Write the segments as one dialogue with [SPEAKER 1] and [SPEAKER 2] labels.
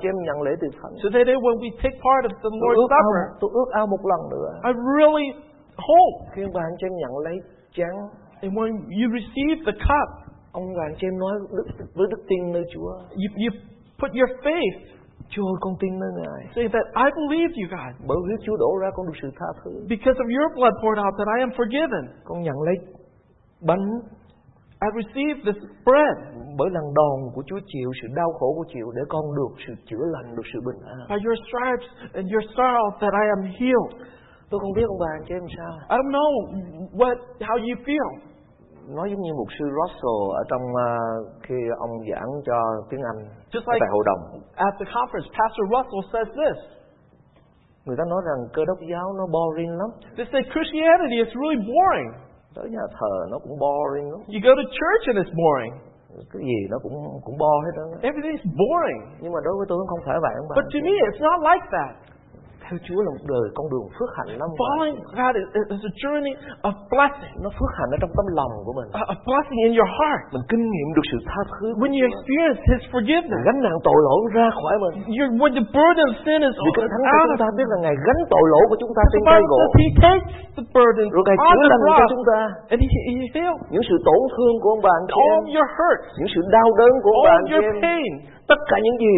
[SPEAKER 1] Chị em nhận lễ từ Thánh.
[SPEAKER 2] So today, when we take part of the
[SPEAKER 1] Tôi
[SPEAKER 2] Lord's
[SPEAKER 1] ước ao,
[SPEAKER 2] Supper,
[SPEAKER 1] tôi ước ao một lần nữa
[SPEAKER 2] I really hope.
[SPEAKER 1] khi ông bà anh chị em nhận lấy chén
[SPEAKER 2] And when you receive the cup,
[SPEAKER 1] ông bà anh chị em nói đức, với đức tin nơi Chúa.
[SPEAKER 2] you, you put your faith.
[SPEAKER 1] Chúa ơi con tin nơi Ngài.
[SPEAKER 2] Say that I believe you, God.
[SPEAKER 1] Bởi huyết Chúa đổ ra con được sự tha thứ.
[SPEAKER 2] Because of your blood poured out, that I am forgiven.
[SPEAKER 1] Con nhận lấy bánh
[SPEAKER 2] I receive this bread.
[SPEAKER 1] bởi lần đòn của Chúa chịu sự đau khổ của chịu để con được sự chữa lành được sự bình an.
[SPEAKER 2] By your stripes and your sorrow, that I am healed.
[SPEAKER 1] Tôi không biết ông bà anh chị em sao.
[SPEAKER 2] I don't know what, how you feel.
[SPEAKER 1] Nói giống như mục sư Russell ở trong ờ, khi ông giảng cho tiếng Anh
[SPEAKER 2] Just
[SPEAKER 1] ở
[SPEAKER 2] like
[SPEAKER 1] tại hội đồng.
[SPEAKER 2] at the conference, Pastor Russell says this.
[SPEAKER 1] Người ta nói rằng cơ đốc giáo nó boring lắm.
[SPEAKER 2] They say Christianity is really boring.
[SPEAKER 1] Tới nhà thờ nó cũng boring lắm.
[SPEAKER 2] You go to church and it's boring.
[SPEAKER 1] Cái gì nó cũng cũng bo hết đó.
[SPEAKER 2] Everything's boring.
[SPEAKER 1] Nhưng mà đối với tôi nó không phải vậy ông bà.
[SPEAKER 2] But to me, it's not like that.
[SPEAKER 1] Theo Chúa là một đời con đường phước hạnh lắm. ông bà.
[SPEAKER 2] Following God is, is a journey of blessing,
[SPEAKER 1] Nó phước hạnh ở trong tấm lòng của mình.
[SPEAKER 2] a, a blessing in your heart.
[SPEAKER 1] À, Mình kinh nghiệm được sự tha thứ. của
[SPEAKER 2] When you
[SPEAKER 1] Chúa.
[SPEAKER 2] experience His forgiveness,
[SPEAKER 1] gánh nặng tội lỗi ra khỏi mình.
[SPEAKER 2] you're, when the burden of sin is
[SPEAKER 1] Vì
[SPEAKER 2] all
[SPEAKER 1] Kinh Thánh cho
[SPEAKER 2] out
[SPEAKER 1] chúng
[SPEAKER 2] of
[SPEAKER 1] ta biết là Ngài gánh tội lỗi của chúng ta
[SPEAKER 2] the
[SPEAKER 1] trên tay
[SPEAKER 2] Bible
[SPEAKER 1] gỗ.
[SPEAKER 2] says He takes the burden
[SPEAKER 1] À, Rồi Ngài
[SPEAKER 2] on
[SPEAKER 1] chữa
[SPEAKER 2] the
[SPEAKER 1] lành cho
[SPEAKER 2] cross
[SPEAKER 1] chúng ta.
[SPEAKER 2] and He, he heals
[SPEAKER 1] Những sự tổn thương của ông bà anh chị
[SPEAKER 2] all
[SPEAKER 1] em.
[SPEAKER 2] of your hurts,
[SPEAKER 1] Những sự đau đớn của ông
[SPEAKER 2] all
[SPEAKER 1] bà
[SPEAKER 2] of
[SPEAKER 1] anh
[SPEAKER 2] your
[SPEAKER 1] chị em.
[SPEAKER 2] pain,
[SPEAKER 1] Tất cả những gì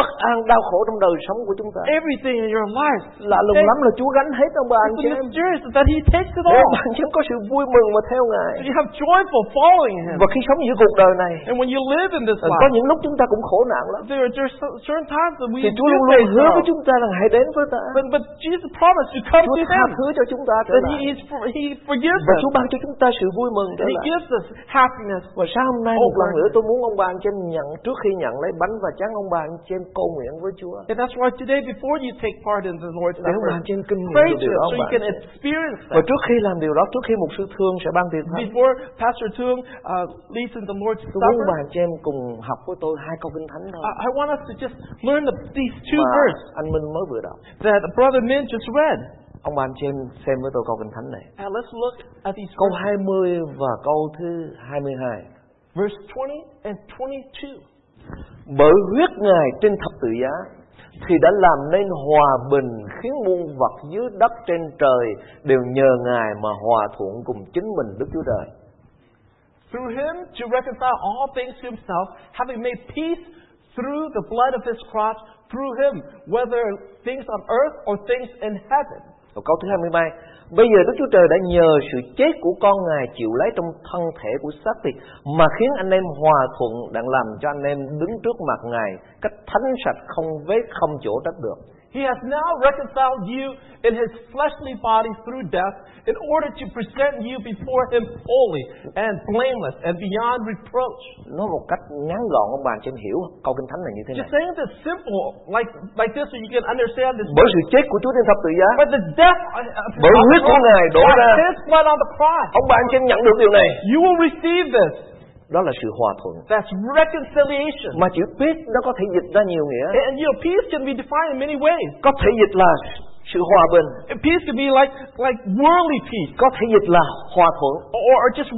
[SPEAKER 1] bất an đau khổ trong đời sống của chúng ta.
[SPEAKER 2] everything in your life.
[SPEAKER 1] Lạ lùng lắm là Chúa gánh hết ông bà anh
[SPEAKER 2] It's
[SPEAKER 1] chị em.
[SPEAKER 2] mysterious that He takes it
[SPEAKER 1] Để ông
[SPEAKER 2] all.
[SPEAKER 1] bà anh chị em có sự vui mừng mà theo Ngài.
[SPEAKER 2] You have joyful following Him.
[SPEAKER 1] Và khi sống giữa cuộc đời này,
[SPEAKER 2] And when you live in this
[SPEAKER 1] có
[SPEAKER 2] life,
[SPEAKER 1] những lúc chúng ta cũng khổ nạn lắm.
[SPEAKER 2] there are just certain times that we
[SPEAKER 1] Thì
[SPEAKER 2] do
[SPEAKER 1] Chúa luôn luôn
[SPEAKER 2] face
[SPEAKER 1] hứa với
[SPEAKER 2] sorrow.
[SPEAKER 1] chúng ta rằng hãy đến với ta.
[SPEAKER 2] But, but Jesus promised to come
[SPEAKER 1] Vâng, Chúa Vâng.
[SPEAKER 2] to
[SPEAKER 1] tha
[SPEAKER 2] Him.
[SPEAKER 1] thứ cho chúng ta trở
[SPEAKER 2] And
[SPEAKER 1] lại.
[SPEAKER 2] he, is, he forgives
[SPEAKER 1] Và
[SPEAKER 2] us.
[SPEAKER 1] Chúa ban cho chúng ta sự vui mừng trở
[SPEAKER 2] And He
[SPEAKER 1] lại.
[SPEAKER 2] gives us happiness.
[SPEAKER 1] Và sáng hôm nay
[SPEAKER 2] Ô,
[SPEAKER 1] một lần
[SPEAKER 2] vâng.
[SPEAKER 1] nữa tôi muốn ông bà anh chị em nhận trước khi nhận lấy bánh và chán ông bà anh chị em cầu nguyện với Chúa.
[SPEAKER 2] And that's why today, before you take part in the Lord's
[SPEAKER 1] Để ông bà anh
[SPEAKER 2] Supper,
[SPEAKER 1] chị em kinh nghiệm
[SPEAKER 2] pray
[SPEAKER 1] được
[SPEAKER 2] to
[SPEAKER 1] điều
[SPEAKER 2] Him
[SPEAKER 1] đó
[SPEAKER 2] so
[SPEAKER 1] ông bà.
[SPEAKER 2] you can experience
[SPEAKER 1] Và
[SPEAKER 2] that.
[SPEAKER 1] trước khi làm điều đó, trước khi mục sư thương sẽ ban tiền thánh.
[SPEAKER 2] Before Pastor Tung uh, leads in the Lord's
[SPEAKER 1] Tôi muốn
[SPEAKER 2] Supper,
[SPEAKER 1] ông bà anh chị em cùng học với tôi hai câu kinh thánh thôi.
[SPEAKER 2] I, I want us to just learn the, these two
[SPEAKER 1] mà
[SPEAKER 2] verses
[SPEAKER 1] anh Minh mới vừa đọc.
[SPEAKER 2] that Brother Min just read.
[SPEAKER 1] Ông bà anh chị em xem với tôi câu kinh thánh này.
[SPEAKER 2] And let's look at these
[SPEAKER 1] Câu
[SPEAKER 2] verses,
[SPEAKER 1] 20 và câu thứ 22.
[SPEAKER 2] verse 20 and 22.
[SPEAKER 1] Bởi huyết Ngài trên thập tự giá thì đã làm nên hòa bình khiến muôn vật dưới đất trên trời đều nhờ Ngài mà hòa thuận cùng chính mình Đức Chúa Trời.
[SPEAKER 2] through him to reconcile all things to himself, having made peace through the blood of his cross, through him, whether things on earth or things in heaven.
[SPEAKER 1] Và câu thứ 23 Bây giờ Đức Chúa Trời đã nhờ sự chết của con Ngài chịu lấy trong thân thể của xác thịt mà khiến anh em hòa thuận đang làm cho anh em đứng trước mặt Ngài cách thánh sạch không vết không chỗ trách được.
[SPEAKER 2] He has now reconciled you in his fleshly body through death in order to present you before him holy and blameless and beyond reproach.
[SPEAKER 1] Nói một cách ngắn gọn ông bà cho em hiểu câu kinh thánh là như thế này.
[SPEAKER 2] Just saying this simple, like, like this, so you can understand this.
[SPEAKER 1] Bởi sự chết của Chúa trên thập tự giá
[SPEAKER 2] But the death uh, of of
[SPEAKER 1] Bởi huyết của Ngài đổ ra.
[SPEAKER 2] his blood on the cross,
[SPEAKER 1] ông bà anh chị em nhận được điều này
[SPEAKER 2] you will receive this.
[SPEAKER 1] đó là sự hòa thuận
[SPEAKER 2] That's reconciliation.
[SPEAKER 1] mà chữ peace nó có thể dịch ra nhiều nghĩa
[SPEAKER 2] And you know, peace can be defined in many ways.
[SPEAKER 1] có thể dịch là sự hòa bình
[SPEAKER 2] And Peace can be like like worldly peace,
[SPEAKER 1] có thể dịch là hòa thuận
[SPEAKER 2] or, or just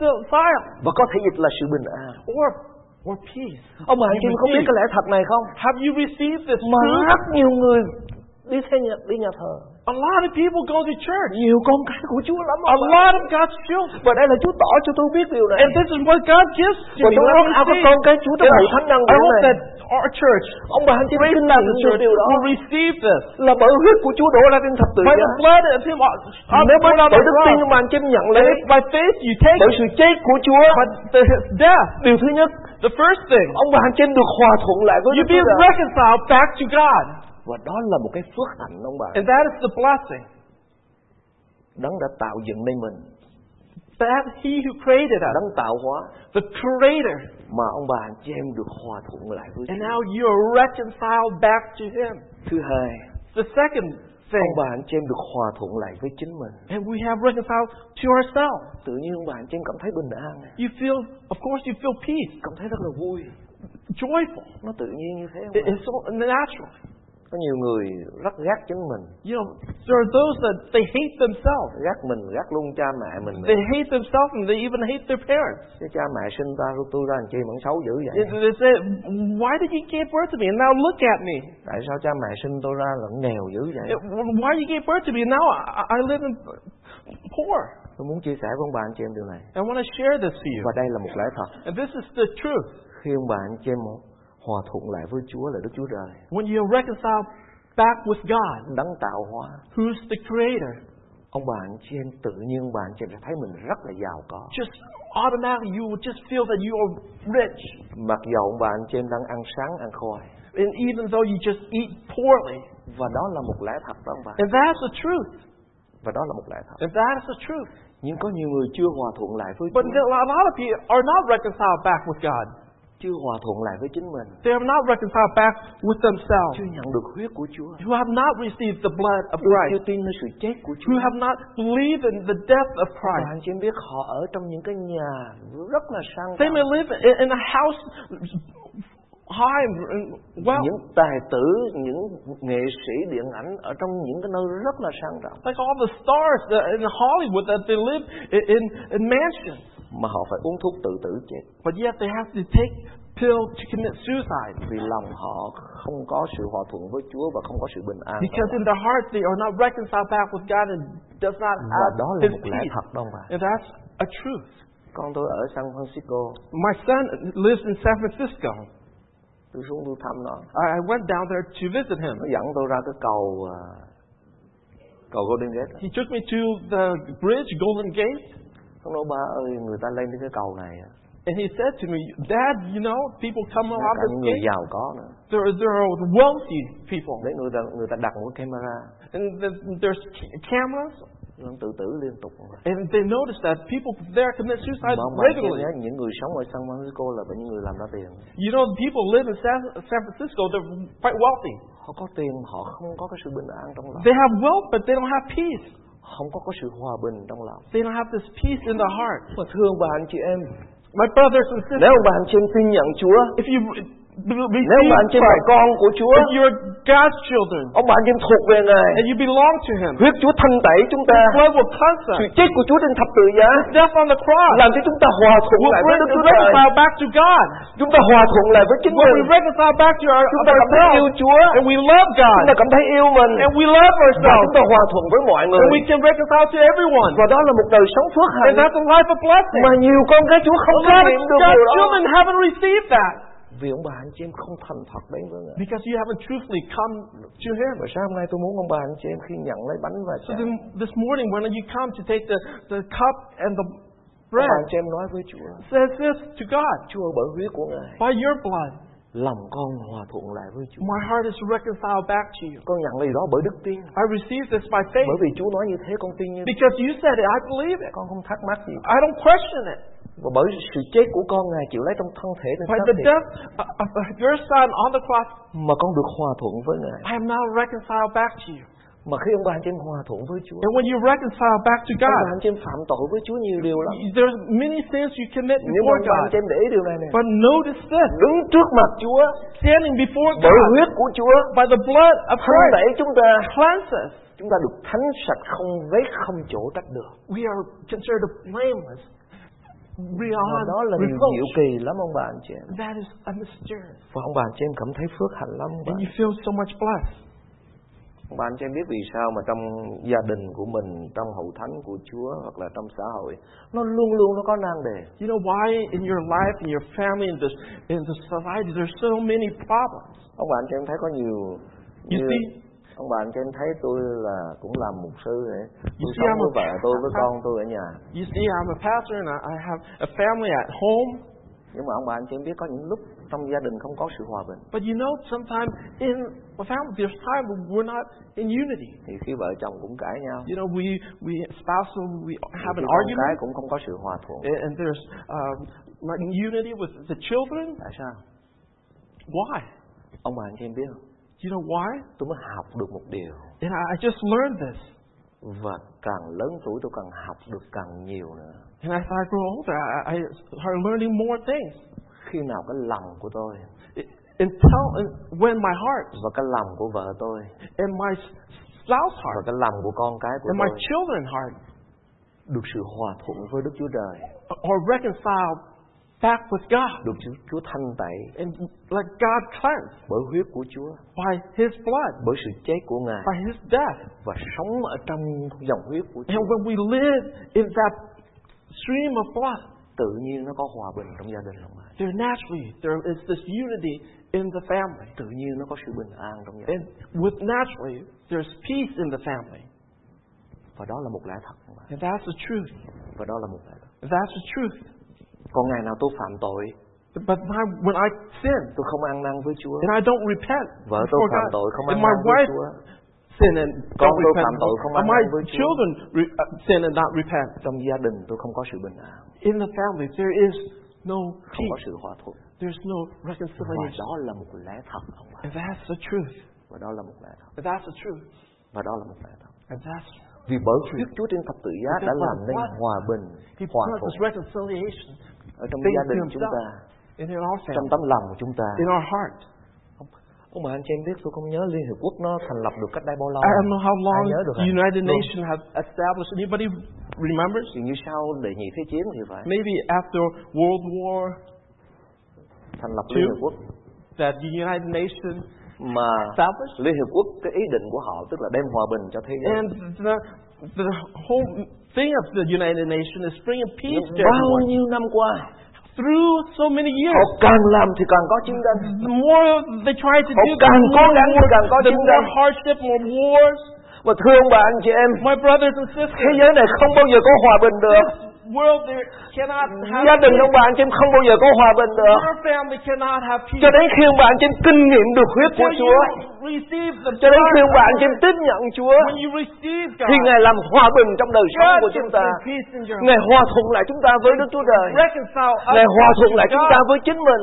[SPEAKER 2] reconcile,
[SPEAKER 1] và có thể dịch là sự bình an
[SPEAKER 2] or or peace.
[SPEAKER 1] ông bà anh chị em có biết cái lẽ thật này không
[SPEAKER 2] Have you received this
[SPEAKER 1] mà
[SPEAKER 2] truth?
[SPEAKER 1] rất nhiều người đi theo nhà, đi nhà thờ
[SPEAKER 2] A lot of people go to church.
[SPEAKER 1] nhiều con cái của Chúa lắm
[SPEAKER 2] A
[SPEAKER 1] ông bà.
[SPEAKER 2] lot of God's children.
[SPEAKER 1] và đây là Chúa tỏ cho tôi biết điều này
[SPEAKER 2] And this is what God gives to
[SPEAKER 1] và
[SPEAKER 2] me.
[SPEAKER 1] tôi
[SPEAKER 2] Let
[SPEAKER 1] ước
[SPEAKER 2] me
[SPEAKER 1] ao các
[SPEAKER 2] see.
[SPEAKER 1] con cái Chúa trong
[SPEAKER 2] And
[SPEAKER 1] hội
[SPEAKER 2] I
[SPEAKER 1] thánh đang
[SPEAKER 2] I
[SPEAKER 1] ngày
[SPEAKER 2] hope
[SPEAKER 1] này
[SPEAKER 2] that our church,
[SPEAKER 1] ông bà anh chị em
[SPEAKER 2] Grace
[SPEAKER 1] kinh
[SPEAKER 2] Baptist
[SPEAKER 1] nghiệm được
[SPEAKER 2] Church,
[SPEAKER 1] điều đó
[SPEAKER 2] will receive this.
[SPEAKER 1] là bởi huyết của Chúa đổ ra trên thập tự
[SPEAKER 2] By
[SPEAKER 1] giá
[SPEAKER 2] the blood of Him, on on
[SPEAKER 1] nếu
[SPEAKER 2] the
[SPEAKER 1] bởi
[SPEAKER 2] cross.
[SPEAKER 1] bởi đức tin ông bà anh chị em nhận
[SPEAKER 2] And
[SPEAKER 1] lấy
[SPEAKER 2] it's by faith you take
[SPEAKER 1] bởi
[SPEAKER 2] it.
[SPEAKER 1] sự chết của Chúa
[SPEAKER 2] But the, his death,
[SPEAKER 1] điều thứ nhất
[SPEAKER 2] the first thing,
[SPEAKER 1] ông bà anh chị em được hòa thuận lại với
[SPEAKER 2] you
[SPEAKER 1] Đức
[SPEAKER 2] be
[SPEAKER 1] Chúa Trời
[SPEAKER 2] reconciled back to God.
[SPEAKER 1] và đó là một cái phước hạnh ông bà
[SPEAKER 2] And that is the blessing
[SPEAKER 1] đấng đã tạo dựng nên mình
[SPEAKER 2] that He who created us,
[SPEAKER 1] đấng tạo hóa
[SPEAKER 2] the Creator,
[SPEAKER 1] mà ông bà anh chị em được hòa thuận lại với
[SPEAKER 2] and
[SPEAKER 1] Chúa
[SPEAKER 2] now you are reconciled back to Him.
[SPEAKER 1] thứ hai
[SPEAKER 2] The second thing,
[SPEAKER 1] ông bà anh chị em được hòa thuận lại với chính mình
[SPEAKER 2] and we have reconciled to ourselves.
[SPEAKER 1] tự nhiên ông bà anh chị em cảm thấy bình an
[SPEAKER 2] You feel, of course, you feel peace,
[SPEAKER 1] cảm thấy rất là vui
[SPEAKER 2] joyful.
[SPEAKER 1] nó tự nhiên như thế ông
[SPEAKER 2] It-
[SPEAKER 1] bà.
[SPEAKER 2] It's so natural.
[SPEAKER 1] Có nhiều người rất ghét chính mình,
[SPEAKER 2] You know, there are those that they hate themselves.
[SPEAKER 1] ghét mình, ghét luôn cha mẹ mình.
[SPEAKER 2] They hate themselves and they even hate their parents.
[SPEAKER 1] Cái cha mẹ sinh ta rồi tôi ra làm chi mà xấu dữ vậy?
[SPEAKER 2] They they say, Why did you give birth to me? And now look at me.
[SPEAKER 1] Tại sao cha mẹ sinh tôi ra là nghèo dữ vậy?
[SPEAKER 2] Why you gave birth to me? And now I, I live in poor.
[SPEAKER 1] Tôi muốn chia sẻ với ông bà anh chị em điều này.
[SPEAKER 2] I want to share this to you.
[SPEAKER 1] Và đây là một lẽ thật.
[SPEAKER 2] And this is the truth.
[SPEAKER 1] Khi ông bà anh chị em hòa thuận lại với Chúa là Đức Chúa Trời,
[SPEAKER 2] When you reconcile back with God,
[SPEAKER 1] đấng tạo hóa,
[SPEAKER 2] who's the creator,
[SPEAKER 1] ông bà anh chị em tự nhiên ông bà anh chị em sẽ thấy mình rất là giàu có.
[SPEAKER 2] just automatically you will just feel that you are rich.
[SPEAKER 1] Mặc dầu ông bà anh chị em đang ăn sáng ăn khoai
[SPEAKER 2] And even though you just eat poorly.
[SPEAKER 1] và đó là một lẽ thật đó ông bà
[SPEAKER 2] And that's the truth.
[SPEAKER 1] và đó là một lẽ thật.
[SPEAKER 2] And that's the truth.
[SPEAKER 1] Nhưng có nhiều người chưa hòa thuận lại với
[SPEAKER 2] But
[SPEAKER 1] Chúa,
[SPEAKER 2] a lot of people are not reconciled back with God.
[SPEAKER 1] chưa hòa thuận lại với chính mình,
[SPEAKER 2] They are not reconciled back with
[SPEAKER 1] chưa
[SPEAKER 2] themselves.
[SPEAKER 1] nhận được huyết của Chúa,
[SPEAKER 2] Who have not received the blood of
[SPEAKER 1] chưa
[SPEAKER 2] Christ.
[SPEAKER 1] tin nơi sự chết của Chúa.
[SPEAKER 2] Who have not believed in the death of
[SPEAKER 1] Và
[SPEAKER 2] Christ.
[SPEAKER 1] anh chị em biết họ ở trong những cái nhà rất là sang
[SPEAKER 2] They
[SPEAKER 1] trọng,
[SPEAKER 2] may live in in a house high and well.
[SPEAKER 1] những tài tử, những nghệ sĩ điện ảnh ở trong những cái nơi rất là sang trọng
[SPEAKER 2] Like all the stars uh, in Hollywood that they live in, in, in mansions.
[SPEAKER 1] mà họ phải uống thuốc tự tử chết
[SPEAKER 2] But yet they have to take pill to commit suicide.
[SPEAKER 1] vì lòng họ không có sự hòa thuận với Chúa và không có sự bình an.
[SPEAKER 2] Because in their heart they are not reconciled back with God and does not
[SPEAKER 1] Và
[SPEAKER 2] have
[SPEAKER 1] đó là
[SPEAKER 2] His
[SPEAKER 1] một lẽ
[SPEAKER 2] peace.
[SPEAKER 1] thật đâu mà.
[SPEAKER 2] And that's a truth.
[SPEAKER 1] Con tôi ở San Francisco,
[SPEAKER 2] My son lives in San Francisco.
[SPEAKER 1] tôi xuống tôi thăm nó,
[SPEAKER 2] I I went down there to visit him.
[SPEAKER 1] nó dẫn tôi ra cái cầu à, cầu Golden Gate.
[SPEAKER 2] He took me to the bridge, Golden Gate,
[SPEAKER 1] Ông nói ba ơi, người ta lên đến cái cầu này, á,
[SPEAKER 2] and he said to me, Dad, you know, people come
[SPEAKER 1] có
[SPEAKER 2] around
[SPEAKER 1] cả
[SPEAKER 2] this
[SPEAKER 1] những người
[SPEAKER 2] gate.
[SPEAKER 1] giàu có nữa.
[SPEAKER 2] There, there are wealthy people.
[SPEAKER 1] Đấy người ta người ta đặt một cái camera,
[SPEAKER 2] And the, there's ca- cameras,
[SPEAKER 1] nó tự tử liên tục.
[SPEAKER 2] and they notice that people there commit suicide
[SPEAKER 1] Mà ông bà kia
[SPEAKER 2] regularly.
[SPEAKER 1] nhớ, những người sống ở San Francisco là những người làm ra tiền.
[SPEAKER 2] You know, people live in San, San Francisco, they're quite wealthy.
[SPEAKER 1] Họ có tiền, họ không có cái sự bình an trong lòng,
[SPEAKER 2] They have wealth, but they don't have peace.
[SPEAKER 1] không có cái sự hòa bình trong lòng.
[SPEAKER 2] They don't have this peace in their heart.
[SPEAKER 1] Mà thương bà anh chị em,
[SPEAKER 2] My brothers and
[SPEAKER 1] nếu
[SPEAKER 2] sisters,
[SPEAKER 1] ông bà anh chị em tin nhận Chúa,
[SPEAKER 2] if you re- re-
[SPEAKER 1] nếu ông bà anh chị
[SPEAKER 2] receive
[SPEAKER 1] em là
[SPEAKER 2] Christ,
[SPEAKER 1] con của Chúa,
[SPEAKER 2] if you're God's children,
[SPEAKER 1] ông bà anh chị em thuộc về Ngài,
[SPEAKER 2] and you belong to Him,
[SPEAKER 1] huyết Chúa thanh tẩy chúng ta,
[SPEAKER 2] His love will cleanse
[SPEAKER 1] sự
[SPEAKER 2] us.
[SPEAKER 1] chết của Chúa trên thập tự giá
[SPEAKER 2] Death on the cross
[SPEAKER 1] làm cho chúng ta hòa thuận
[SPEAKER 2] will
[SPEAKER 1] lại với
[SPEAKER 2] bring
[SPEAKER 1] Đức
[SPEAKER 2] us
[SPEAKER 1] Chúa Trời,
[SPEAKER 2] reconciled back to God.
[SPEAKER 1] chúng ta hòa thuận lại với chính
[SPEAKER 2] When we
[SPEAKER 1] mình,
[SPEAKER 2] reconcile back to our,
[SPEAKER 1] chúng ta cảm thấy yêu
[SPEAKER 2] ourselves,
[SPEAKER 1] Chúa,
[SPEAKER 2] and we love
[SPEAKER 1] chúng ta
[SPEAKER 2] God,
[SPEAKER 1] cảm thấy yêu mình
[SPEAKER 2] and we love
[SPEAKER 1] và
[SPEAKER 2] ourselves,
[SPEAKER 1] chúng ta hòa thuận với mọi người.
[SPEAKER 2] and we can reconcile to everyone.
[SPEAKER 1] Và đó là một đời sống phước
[SPEAKER 2] And
[SPEAKER 1] hạnh
[SPEAKER 2] that's a life of blessing.
[SPEAKER 1] mà nhiều con cái Chúa
[SPEAKER 2] A
[SPEAKER 1] không
[SPEAKER 2] lot
[SPEAKER 1] thực
[SPEAKER 2] of
[SPEAKER 1] hiện được
[SPEAKER 2] God's
[SPEAKER 1] điều đó.
[SPEAKER 2] children haven't received that
[SPEAKER 1] Vì ông bà anh chị em không thành thật vâng đến với Ngài.
[SPEAKER 2] because you haven't truthfully come to Him.
[SPEAKER 1] Và sáng hôm nay tôi muốn ông bà anh chị em khi nhận lấy bánh và
[SPEAKER 2] So
[SPEAKER 1] trà,
[SPEAKER 2] then this morning, when you come to take the, the cup and the
[SPEAKER 1] ông bà
[SPEAKER 2] bread,
[SPEAKER 1] anh chị em nói với Chúa,
[SPEAKER 2] says this to God
[SPEAKER 1] Chúa bởi huyết của Ngài,
[SPEAKER 2] By your blood,
[SPEAKER 1] lòng con hòa thuận lại với Chúa.
[SPEAKER 2] my heart is reconciled back to you.
[SPEAKER 1] Con nhận lấy đó bởi đức tin.
[SPEAKER 2] I receive this by faith
[SPEAKER 1] Bởi vì Chúa nói như thế con tin như thế.
[SPEAKER 2] because you said it. I believe it.
[SPEAKER 1] Con không thắc mắc gì.
[SPEAKER 2] I don't question it.
[SPEAKER 1] Và bởi sự chết của con Ngài chịu lấy trong thân thể nên
[SPEAKER 2] By
[SPEAKER 1] xác
[SPEAKER 2] the
[SPEAKER 1] thịt
[SPEAKER 2] death uh, of of your son on the cross,
[SPEAKER 1] mà con được hòa thuận với Ngài.
[SPEAKER 2] I am now reconciled back to you.
[SPEAKER 1] Mà khi ông bà anh chị em hòa thuận với Chúa,
[SPEAKER 2] And when you reconcile back to
[SPEAKER 1] ông bà
[SPEAKER 2] God,
[SPEAKER 1] anh chị em phạm tội với Chúa nhiều điều lắm.
[SPEAKER 2] there's many sins you commit
[SPEAKER 1] Nhưng mà
[SPEAKER 2] before
[SPEAKER 1] ông bà anh
[SPEAKER 2] God.
[SPEAKER 1] chị em để ý điều này nè.
[SPEAKER 2] But notice this,
[SPEAKER 1] Đứng trước mặt Chúa,
[SPEAKER 2] standing before
[SPEAKER 1] bởi
[SPEAKER 2] God
[SPEAKER 1] huyết của Chúa,
[SPEAKER 2] by the blood of
[SPEAKER 1] thanh
[SPEAKER 2] Christ
[SPEAKER 1] tẩy chúng ta,
[SPEAKER 2] cleanses.
[SPEAKER 1] chúng ta được thánh sạch không vết không chỗ trách được.
[SPEAKER 2] We are considered blameless,
[SPEAKER 1] Và
[SPEAKER 2] beyond
[SPEAKER 1] đó là điều diệu
[SPEAKER 2] reproach.
[SPEAKER 1] kỳ lắm ông bà anh chị em.
[SPEAKER 2] That is a mysterious.
[SPEAKER 1] Và ông bà anh chị em cảm thấy phước hạnh lắm. Ông bà.
[SPEAKER 2] And you feel so much blessed.
[SPEAKER 1] Ông bà anh chị em biết vì sao mà trong gia đình của mình, trong hậu thánh của Chúa hoặc là trong xã hội, nó luôn luôn nó có nan đề.
[SPEAKER 2] You know why in your life, in your family, in this, in the society, there's so many problems.
[SPEAKER 1] Ông bà anh chị em thấy có nhiều
[SPEAKER 2] You
[SPEAKER 1] như-
[SPEAKER 2] see-
[SPEAKER 1] Ông bà anh chị em thấy tôi là cũng làm mục sư vậy. Tôi
[SPEAKER 2] see
[SPEAKER 1] sống
[SPEAKER 2] I'm
[SPEAKER 1] với
[SPEAKER 2] a-
[SPEAKER 1] vợ tôi
[SPEAKER 2] À,
[SPEAKER 1] với con tôi ở nhà.
[SPEAKER 2] You see, I'm a pastor and I, I have a family at home.
[SPEAKER 1] Nhưng mà ông bà anh chị em biết có những lúc trong gia đình không có sự hòa bình.
[SPEAKER 2] But you know, sometimes in a family, there's time when we're not in unity.
[SPEAKER 1] Thì khi vợ chồng cũng cãi nhau.
[SPEAKER 2] You know, we, we spousal, we
[SPEAKER 1] Thì
[SPEAKER 2] have
[SPEAKER 1] khi
[SPEAKER 2] an
[SPEAKER 1] con
[SPEAKER 2] argument.
[SPEAKER 1] cái cũng không có sự hòa thuận.
[SPEAKER 2] and, and there's um, like unity with the children.
[SPEAKER 1] Tại sao?
[SPEAKER 2] Why?
[SPEAKER 1] Ông bà anh chị em biết không?
[SPEAKER 2] You know why?
[SPEAKER 1] Tôi mới học được một điều.
[SPEAKER 2] And I, I just learned this.
[SPEAKER 1] Và càng lớn tuổi tôi càng học được càng nhiều nữa.
[SPEAKER 2] And as I grow older, I, I started learning more things.
[SPEAKER 1] Khi nào cái lòng của tôi
[SPEAKER 2] It, and tell and when my heart
[SPEAKER 1] và cái lòng của vợ tôi
[SPEAKER 2] and my spouse
[SPEAKER 1] và
[SPEAKER 2] heart
[SPEAKER 1] cái lòng của con cái của
[SPEAKER 2] and my
[SPEAKER 1] tôi
[SPEAKER 2] children heart
[SPEAKER 1] được sự hòa thuận với Đức Chúa Trời,
[SPEAKER 2] are reconciled back with God
[SPEAKER 1] được Chúa, Chúa thanh tẩy
[SPEAKER 2] and let God cleanse
[SPEAKER 1] bởi huyết của Chúa,
[SPEAKER 2] by His blood,
[SPEAKER 1] bởi sự chết của Ngài
[SPEAKER 2] by His death.
[SPEAKER 1] và sống ở trong dòng huyết của
[SPEAKER 2] And
[SPEAKER 1] Chúa,
[SPEAKER 2] when we live in that stream of blood,
[SPEAKER 1] tự nhiên nó có hòa bình trong gia đình không ạ?
[SPEAKER 2] there naturally there is this unity in the family,
[SPEAKER 1] Tự nhiên nó có sự bình an trong gia đình
[SPEAKER 2] and with naturally there's peace in the family,
[SPEAKER 1] và đó là một lẽ thật không ạ?
[SPEAKER 2] and that's the truth.
[SPEAKER 1] Và đó là một lẽ thật.
[SPEAKER 2] That's the truth.
[SPEAKER 1] Còn ngày nào tôi phạm tội,
[SPEAKER 2] But my, when I sin
[SPEAKER 1] tôi không ăn năn với Chúa,
[SPEAKER 2] and I don't repent
[SPEAKER 1] vợ tôi
[SPEAKER 2] before
[SPEAKER 1] phạm
[SPEAKER 2] God,
[SPEAKER 1] tội không ăn
[SPEAKER 2] and my
[SPEAKER 1] năn với
[SPEAKER 2] wife
[SPEAKER 1] Chúa,
[SPEAKER 2] sin and
[SPEAKER 1] Con
[SPEAKER 2] don't
[SPEAKER 1] tôi
[SPEAKER 2] repent,
[SPEAKER 1] phạm tội không
[SPEAKER 2] and
[SPEAKER 1] ăn
[SPEAKER 2] my
[SPEAKER 1] năn với Chúa.
[SPEAKER 2] children re- uh, sin and not repent,
[SPEAKER 1] trong gia đình tôi không có sự bình an,
[SPEAKER 2] in the family there is no
[SPEAKER 1] không có
[SPEAKER 2] peace.
[SPEAKER 1] sự hòa thuận.
[SPEAKER 2] There's no
[SPEAKER 1] Và
[SPEAKER 2] reconciliation.
[SPEAKER 1] đó là một lẽ thật không ạ?
[SPEAKER 2] And that's the truth.
[SPEAKER 1] Và đó là một lẽ thật.
[SPEAKER 2] And that's the truth.
[SPEAKER 1] Và đó là một lẽ thật.
[SPEAKER 2] And that's
[SPEAKER 1] Vì bởi Đức Chúa trên thập tự giá đã làm nên hòa bình,
[SPEAKER 2] He
[SPEAKER 1] hòa
[SPEAKER 2] brought
[SPEAKER 1] thuận
[SPEAKER 2] this reconciliation
[SPEAKER 1] ở trong
[SPEAKER 2] thing
[SPEAKER 1] gia
[SPEAKER 2] to
[SPEAKER 1] đình chúng
[SPEAKER 2] himself
[SPEAKER 1] ta,
[SPEAKER 2] and in our
[SPEAKER 1] trong
[SPEAKER 2] family,
[SPEAKER 1] tấm lòng của chúng ta.
[SPEAKER 2] in our heart.
[SPEAKER 1] Ông bà anh chị em biết tôi không nhớ Liên Hiệp Quốc nó thành lập được cách đây bao lâu.
[SPEAKER 2] Um, I don't know how long
[SPEAKER 1] Ai nhớ được
[SPEAKER 2] the
[SPEAKER 1] hả?
[SPEAKER 2] United
[SPEAKER 1] Luôn.
[SPEAKER 2] Nations have established. Anybody remembers?
[SPEAKER 1] Thì như sau đệ nhị thế chiến thì phải
[SPEAKER 2] Maybe after World War
[SPEAKER 1] thành lập Liên
[SPEAKER 2] Chứ.
[SPEAKER 1] Hiệp Quốc
[SPEAKER 2] that the United Nations
[SPEAKER 1] mà
[SPEAKER 2] established,
[SPEAKER 1] Liên Hiệp Quốc cái ý định của họ tức là đem hòa bình cho thế giới.
[SPEAKER 2] and the the whole thing of the United Nations is bringing peace to
[SPEAKER 1] Nhưng bao
[SPEAKER 2] everyone.
[SPEAKER 1] nhiêu năm qua
[SPEAKER 2] Through so many
[SPEAKER 1] họ
[SPEAKER 2] years,
[SPEAKER 1] càng làm thì càng có chiến tranh,
[SPEAKER 2] the more they try to
[SPEAKER 1] họ
[SPEAKER 2] do, the
[SPEAKER 1] càng cố
[SPEAKER 2] more,
[SPEAKER 1] gắng thì càng có
[SPEAKER 2] the
[SPEAKER 1] chiến
[SPEAKER 2] more
[SPEAKER 1] tranh.
[SPEAKER 2] hardship, more wars.
[SPEAKER 1] Và thưa ông bà anh chị em,
[SPEAKER 2] My brothers and
[SPEAKER 1] thế
[SPEAKER 2] sisters,
[SPEAKER 1] giới này không bao giờ có hòa bình được.
[SPEAKER 2] this world there cannot have
[SPEAKER 1] Gia đình
[SPEAKER 2] peace.
[SPEAKER 1] ông bà anh chị em không bao giờ có hòa bình được.
[SPEAKER 2] Your family cannot have peace.
[SPEAKER 1] Cho đến khi ông bà anh chị em kinh nghiệm được huyết của
[SPEAKER 2] Till
[SPEAKER 1] Chúa,
[SPEAKER 2] you receive the
[SPEAKER 1] cho đến khi ông bà anh chị
[SPEAKER 2] blood
[SPEAKER 1] em
[SPEAKER 2] of
[SPEAKER 1] tiếp nhận Chúa,
[SPEAKER 2] God, when you receive God,
[SPEAKER 1] thì Ngài làm hòa bình trong đời sống
[SPEAKER 2] God
[SPEAKER 1] của
[SPEAKER 2] will
[SPEAKER 1] chúng ta.
[SPEAKER 2] bring peace in your
[SPEAKER 1] Ngài hòa thuận lại chúng ta với Đức Chúa Trời.
[SPEAKER 2] heart. Reconcile us
[SPEAKER 1] Ngài hòa thuận
[SPEAKER 2] to
[SPEAKER 1] lại chúng ta
[SPEAKER 2] God,
[SPEAKER 1] với chính mình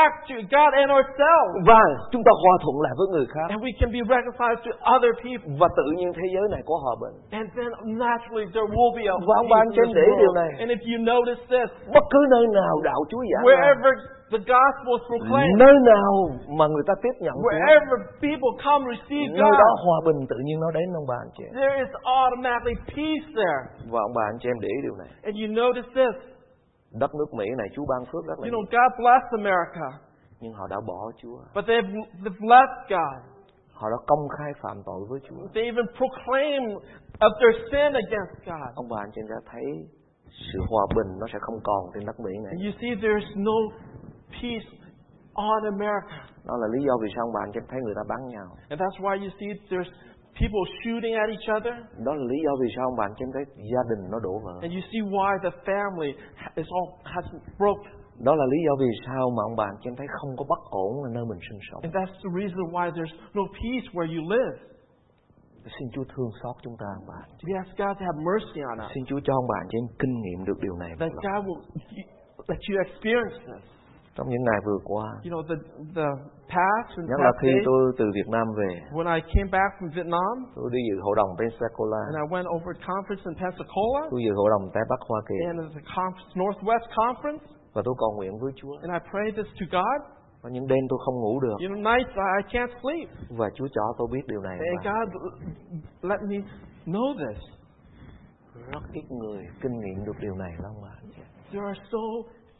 [SPEAKER 2] back to God and ourselves,
[SPEAKER 1] và chúng ta hòa thuận lại với người khác
[SPEAKER 2] and we can be reconciled to other people.
[SPEAKER 1] và tự nhiên thế giới này có hòa bình.
[SPEAKER 2] And then naturally there will be a
[SPEAKER 1] Và ông bà anh chị
[SPEAKER 2] peace
[SPEAKER 1] em
[SPEAKER 2] in
[SPEAKER 1] để
[SPEAKER 2] this
[SPEAKER 1] ý điều
[SPEAKER 2] world.
[SPEAKER 1] này.
[SPEAKER 2] And if you notice this,
[SPEAKER 1] Bất cứ nơi nào đạo Chúa giảng,
[SPEAKER 2] wherever the gospel is proclaimed,
[SPEAKER 1] nơi nào mà người ta tiếp nhận Chúa,
[SPEAKER 2] wherever people come receive
[SPEAKER 1] nơi đó
[SPEAKER 2] God,
[SPEAKER 1] hòa bình tự nhiên nó đến ông bà anh chị em.
[SPEAKER 2] there is automatically peace there.
[SPEAKER 1] Và ông bà anh chị em để ý điều này.
[SPEAKER 2] And you notice this.
[SPEAKER 1] Đất nước Mỹ này Chúa ban phước rất là
[SPEAKER 2] You
[SPEAKER 1] nhiều,
[SPEAKER 2] know, God blessed America,
[SPEAKER 1] nhưng họ đã bỏ Chúa.
[SPEAKER 2] but they've, they've left God.
[SPEAKER 1] Họ đã công khai phạm tội với Chúa.
[SPEAKER 2] They even proclaim of their sin against God.
[SPEAKER 1] Ông bà anh chị em đã thấy sự hòa bình nó sẽ không còn trên đất Mỹ này.
[SPEAKER 2] And you see, there's no peace on America.
[SPEAKER 1] Đó là lý do vì sao ông bà anh chị em thấy người ta bắn nhau.
[SPEAKER 2] And that's why you see there's people shooting at each other.
[SPEAKER 1] Đó là lý do vì sao ông bà anh chị em thấy gia đình nó đổ vỡ.
[SPEAKER 2] And you see why the family is all, has broke.
[SPEAKER 1] Đó là lý do vì sao mà ông bà anh chị em thấy không có bất ổn ở nơi mình sinh sống.
[SPEAKER 2] And that's the reason why there's no peace where you live.
[SPEAKER 1] Xin Chúa thương xót chúng ta ông bà. anh chị
[SPEAKER 2] We ask God to have mercy on
[SPEAKER 1] em.
[SPEAKER 2] us.
[SPEAKER 1] Xin Chúa cho ông bà anh chị em kinh nghiệm được điều này. một
[SPEAKER 2] That
[SPEAKER 1] lần.
[SPEAKER 2] God will let you experience this.
[SPEAKER 1] Trong những ngày vừa qua,
[SPEAKER 2] You know, the, the past and
[SPEAKER 1] nhất là
[SPEAKER 2] past
[SPEAKER 1] khi
[SPEAKER 2] days,
[SPEAKER 1] tôi từ Việt Nam về,
[SPEAKER 2] when I came back from Vietnam,
[SPEAKER 1] tôi đi dự hội đồng Pensacola,
[SPEAKER 2] And I went over to conference in Pensacola
[SPEAKER 1] tôi dự hội đồng Tây Bắc Hoa Kỳ
[SPEAKER 2] and at the conference, Northwest Conference,
[SPEAKER 1] và tôi cầu nguyện với Chúa.
[SPEAKER 2] and I prayed this to God.
[SPEAKER 1] Có những đêm tôi không ngủ được
[SPEAKER 2] You know, nights I, I can't sleep.
[SPEAKER 1] và Chúa cho tôi biết điều này.
[SPEAKER 2] And
[SPEAKER 1] Và
[SPEAKER 2] God let me know this.
[SPEAKER 1] rất ít người kinh nghiệm được điều này lắm mà.
[SPEAKER 2] There are so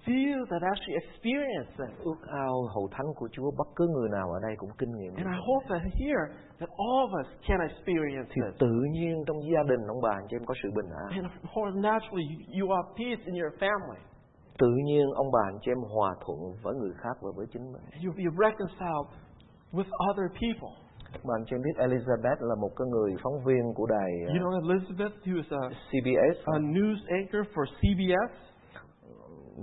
[SPEAKER 2] few that actually experience it.
[SPEAKER 1] Ước ao hậu thánh của Chúa bất cứ người nào ở đây cũng kinh nghiệm.
[SPEAKER 2] And
[SPEAKER 1] được.
[SPEAKER 2] I hope that here that all of us can experience
[SPEAKER 1] Thì
[SPEAKER 2] this.
[SPEAKER 1] tự nhiên trong gia đình ông bà anh chị em có sự bình an.
[SPEAKER 2] And of course, naturally, you- you have peace in your family.
[SPEAKER 1] Tự nhiên ông bà anh chị em hòa thuận với người khác và với chính mình.
[SPEAKER 2] And you'll be reconciled with other people.
[SPEAKER 1] Mà anh chị em biết Elizabeth là một cái người phóng viên của đài
[SPEAKER 2] You know, Elizabeth, who is a,
[SPEAKER 1] uh, CBS.
[SPEAKER 2] a news anchor for CBS,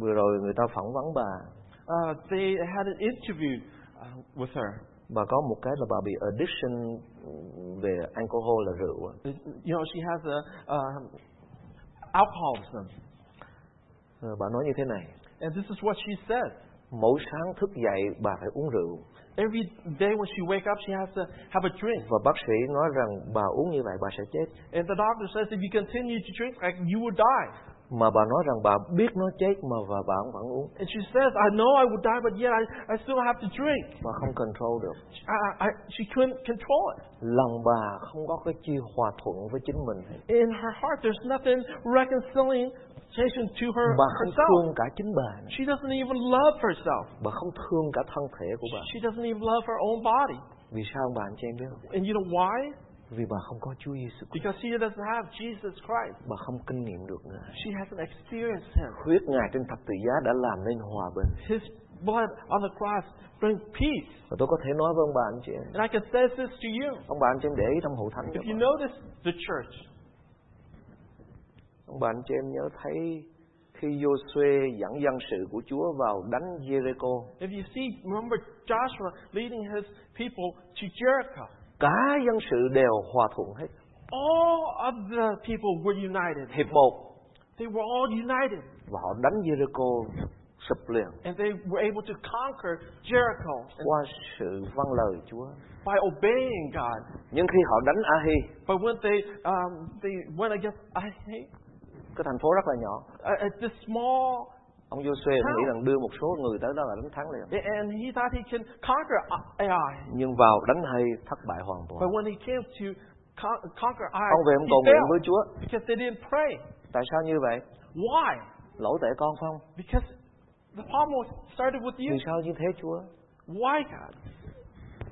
[SPEAKER 1] Vừa rồi người ta phỏng vấn bà
[SPEAKER 2] uh, they had an interview uh, with her.
[SPEAKER 1] bà có một cái là bà bị addiction về alcohol là rượu á.
[SPEAKER 2] You know, she has a um, alcoholism,
[SPEAKER 1] Ờ, bà nói như thế này
[SPEAKER 2] and this is what she says.
[SPEAKER 1] mỗi sáng thức dậy bà phải uống rượu
[SPEAKER 2] Every day when she wakes up, she has to have a drink,
[SPEAKER 1] và bác sĩ nói rằng bà uống như vậy bà sẽ chết
[SPEAKER 2] and the doctor says if you continue to drink, like, you will die.
[SPEAKER 1] mà bà nói rằng bà biết nó chết mà và bà cũng vẫn uống
[SPEAKER 2] And she says, I know I would die, but yet I, I still have to drink.
[SPEAKER 1] bà không control được
[SPEAKER 2] I, I, she couldn't control it.
[SPEAKER 1] lòng bà không có cái chi hòa thuận với chính mình
[SPEAKER 2] In her heart, there's nothing reconciling Jason to her
[SPEAKER 1] bà không
[SPEAKER 2] herself.
[SPEAKER 1] thương cả chính bà nữa.
[SPEAKER 2] She doesn't even love herself.
[SPEAKER 1] bà không thương cả thân thể của bà
[SPEAKER 2] She doesn't even love her own body.
[SPEAKER 1] vì sao bà anh chị em biết không
[SPEAKER 2] And you know why?
[SPEAKER 1] vì bà không có Chúa Giêsu Christ.
[SPEAKER 2] Because she doesn't have Jesus Christ.
[SPEAKER 1] bà không kinh nghiệm được ngài
[SPEAKER 2] She hasn't experienced him.
[SPEAKER 1] huyết ngài trên thập tự giá đã làm nên hòa bình
[SPEAKER 2] His blood on the cross brings peace.
[SPEAKER 1] và tôi có thể nói với ông bà anh chị em
[SPEAKER 2] And I can say this to you.
[SPEAKER 1] ông bà anh chị em để ý trong hội thánh cho
[SPEAKER 2] If you
[SPEAKER 1] bà.
[SPEAKER 2] notice the church,
[SPEAKER 1] ông bà anh chị em nhớ thấy khi Josué dẫn dân sự của Chúa vào đánh Jericho
[SPEAKER 2] if you see, remember Joshua leading his people to Jericho.
[SPEAKER 1] cả dân sự đều hòa thuận hết
[SPEAKER 2] All of the people were united.
[SPEAKER 1] hiệp một
[SPEAKER 2] They were all united.
[SPEAKER 1] và họ đánh Jericho sụp liền
[SPEAKER 2] And they were able to conquer Jericho
[SPEAKER 1] qua sự vâng lời Chúa
[SPEAKER 2] by obeying God.
[SPEAKER 1] nhưng khi họ đánh Ahi
[SPEAKER 2] But when they, um, they went against I hate,
[SPEAKER 1] cái thành phố rất là nhỏ
[SPEAKER 2] uh, uh, this small,
[SPEAKER 1] ông Josué nghĩ rằng đưa một số người tới đó là đánh thắng liền
[SPEAKER 2] and he thought he can conquer uh, Ai.
[SPEAKER 1] nhưng vào đánh Ai thất bại hoàn toàn
[SPEAKER 2] But when he came to con- conquer Ai,
[SPEAKER 1] ông về ông cầu
[SPEAKER 2] he
[SPEAKER 1] nguyện với
[SPEAKER 2] failed
[SPEAKER 1] Chúa
[SPEAKER 2] because they didn't pray.
[SPEAKER 1] tại sao như vậy
[SPEAKER 2] Why?
[SPEAKER 1] lỗi tại con phải không
[SPEAKER 2] Because the problem was started with
[SPEAKER 1] vì
[SPEAKER 2] you.
[SPEAKER 1] sao như thế Chúa
[SPEAKER 2] Why God?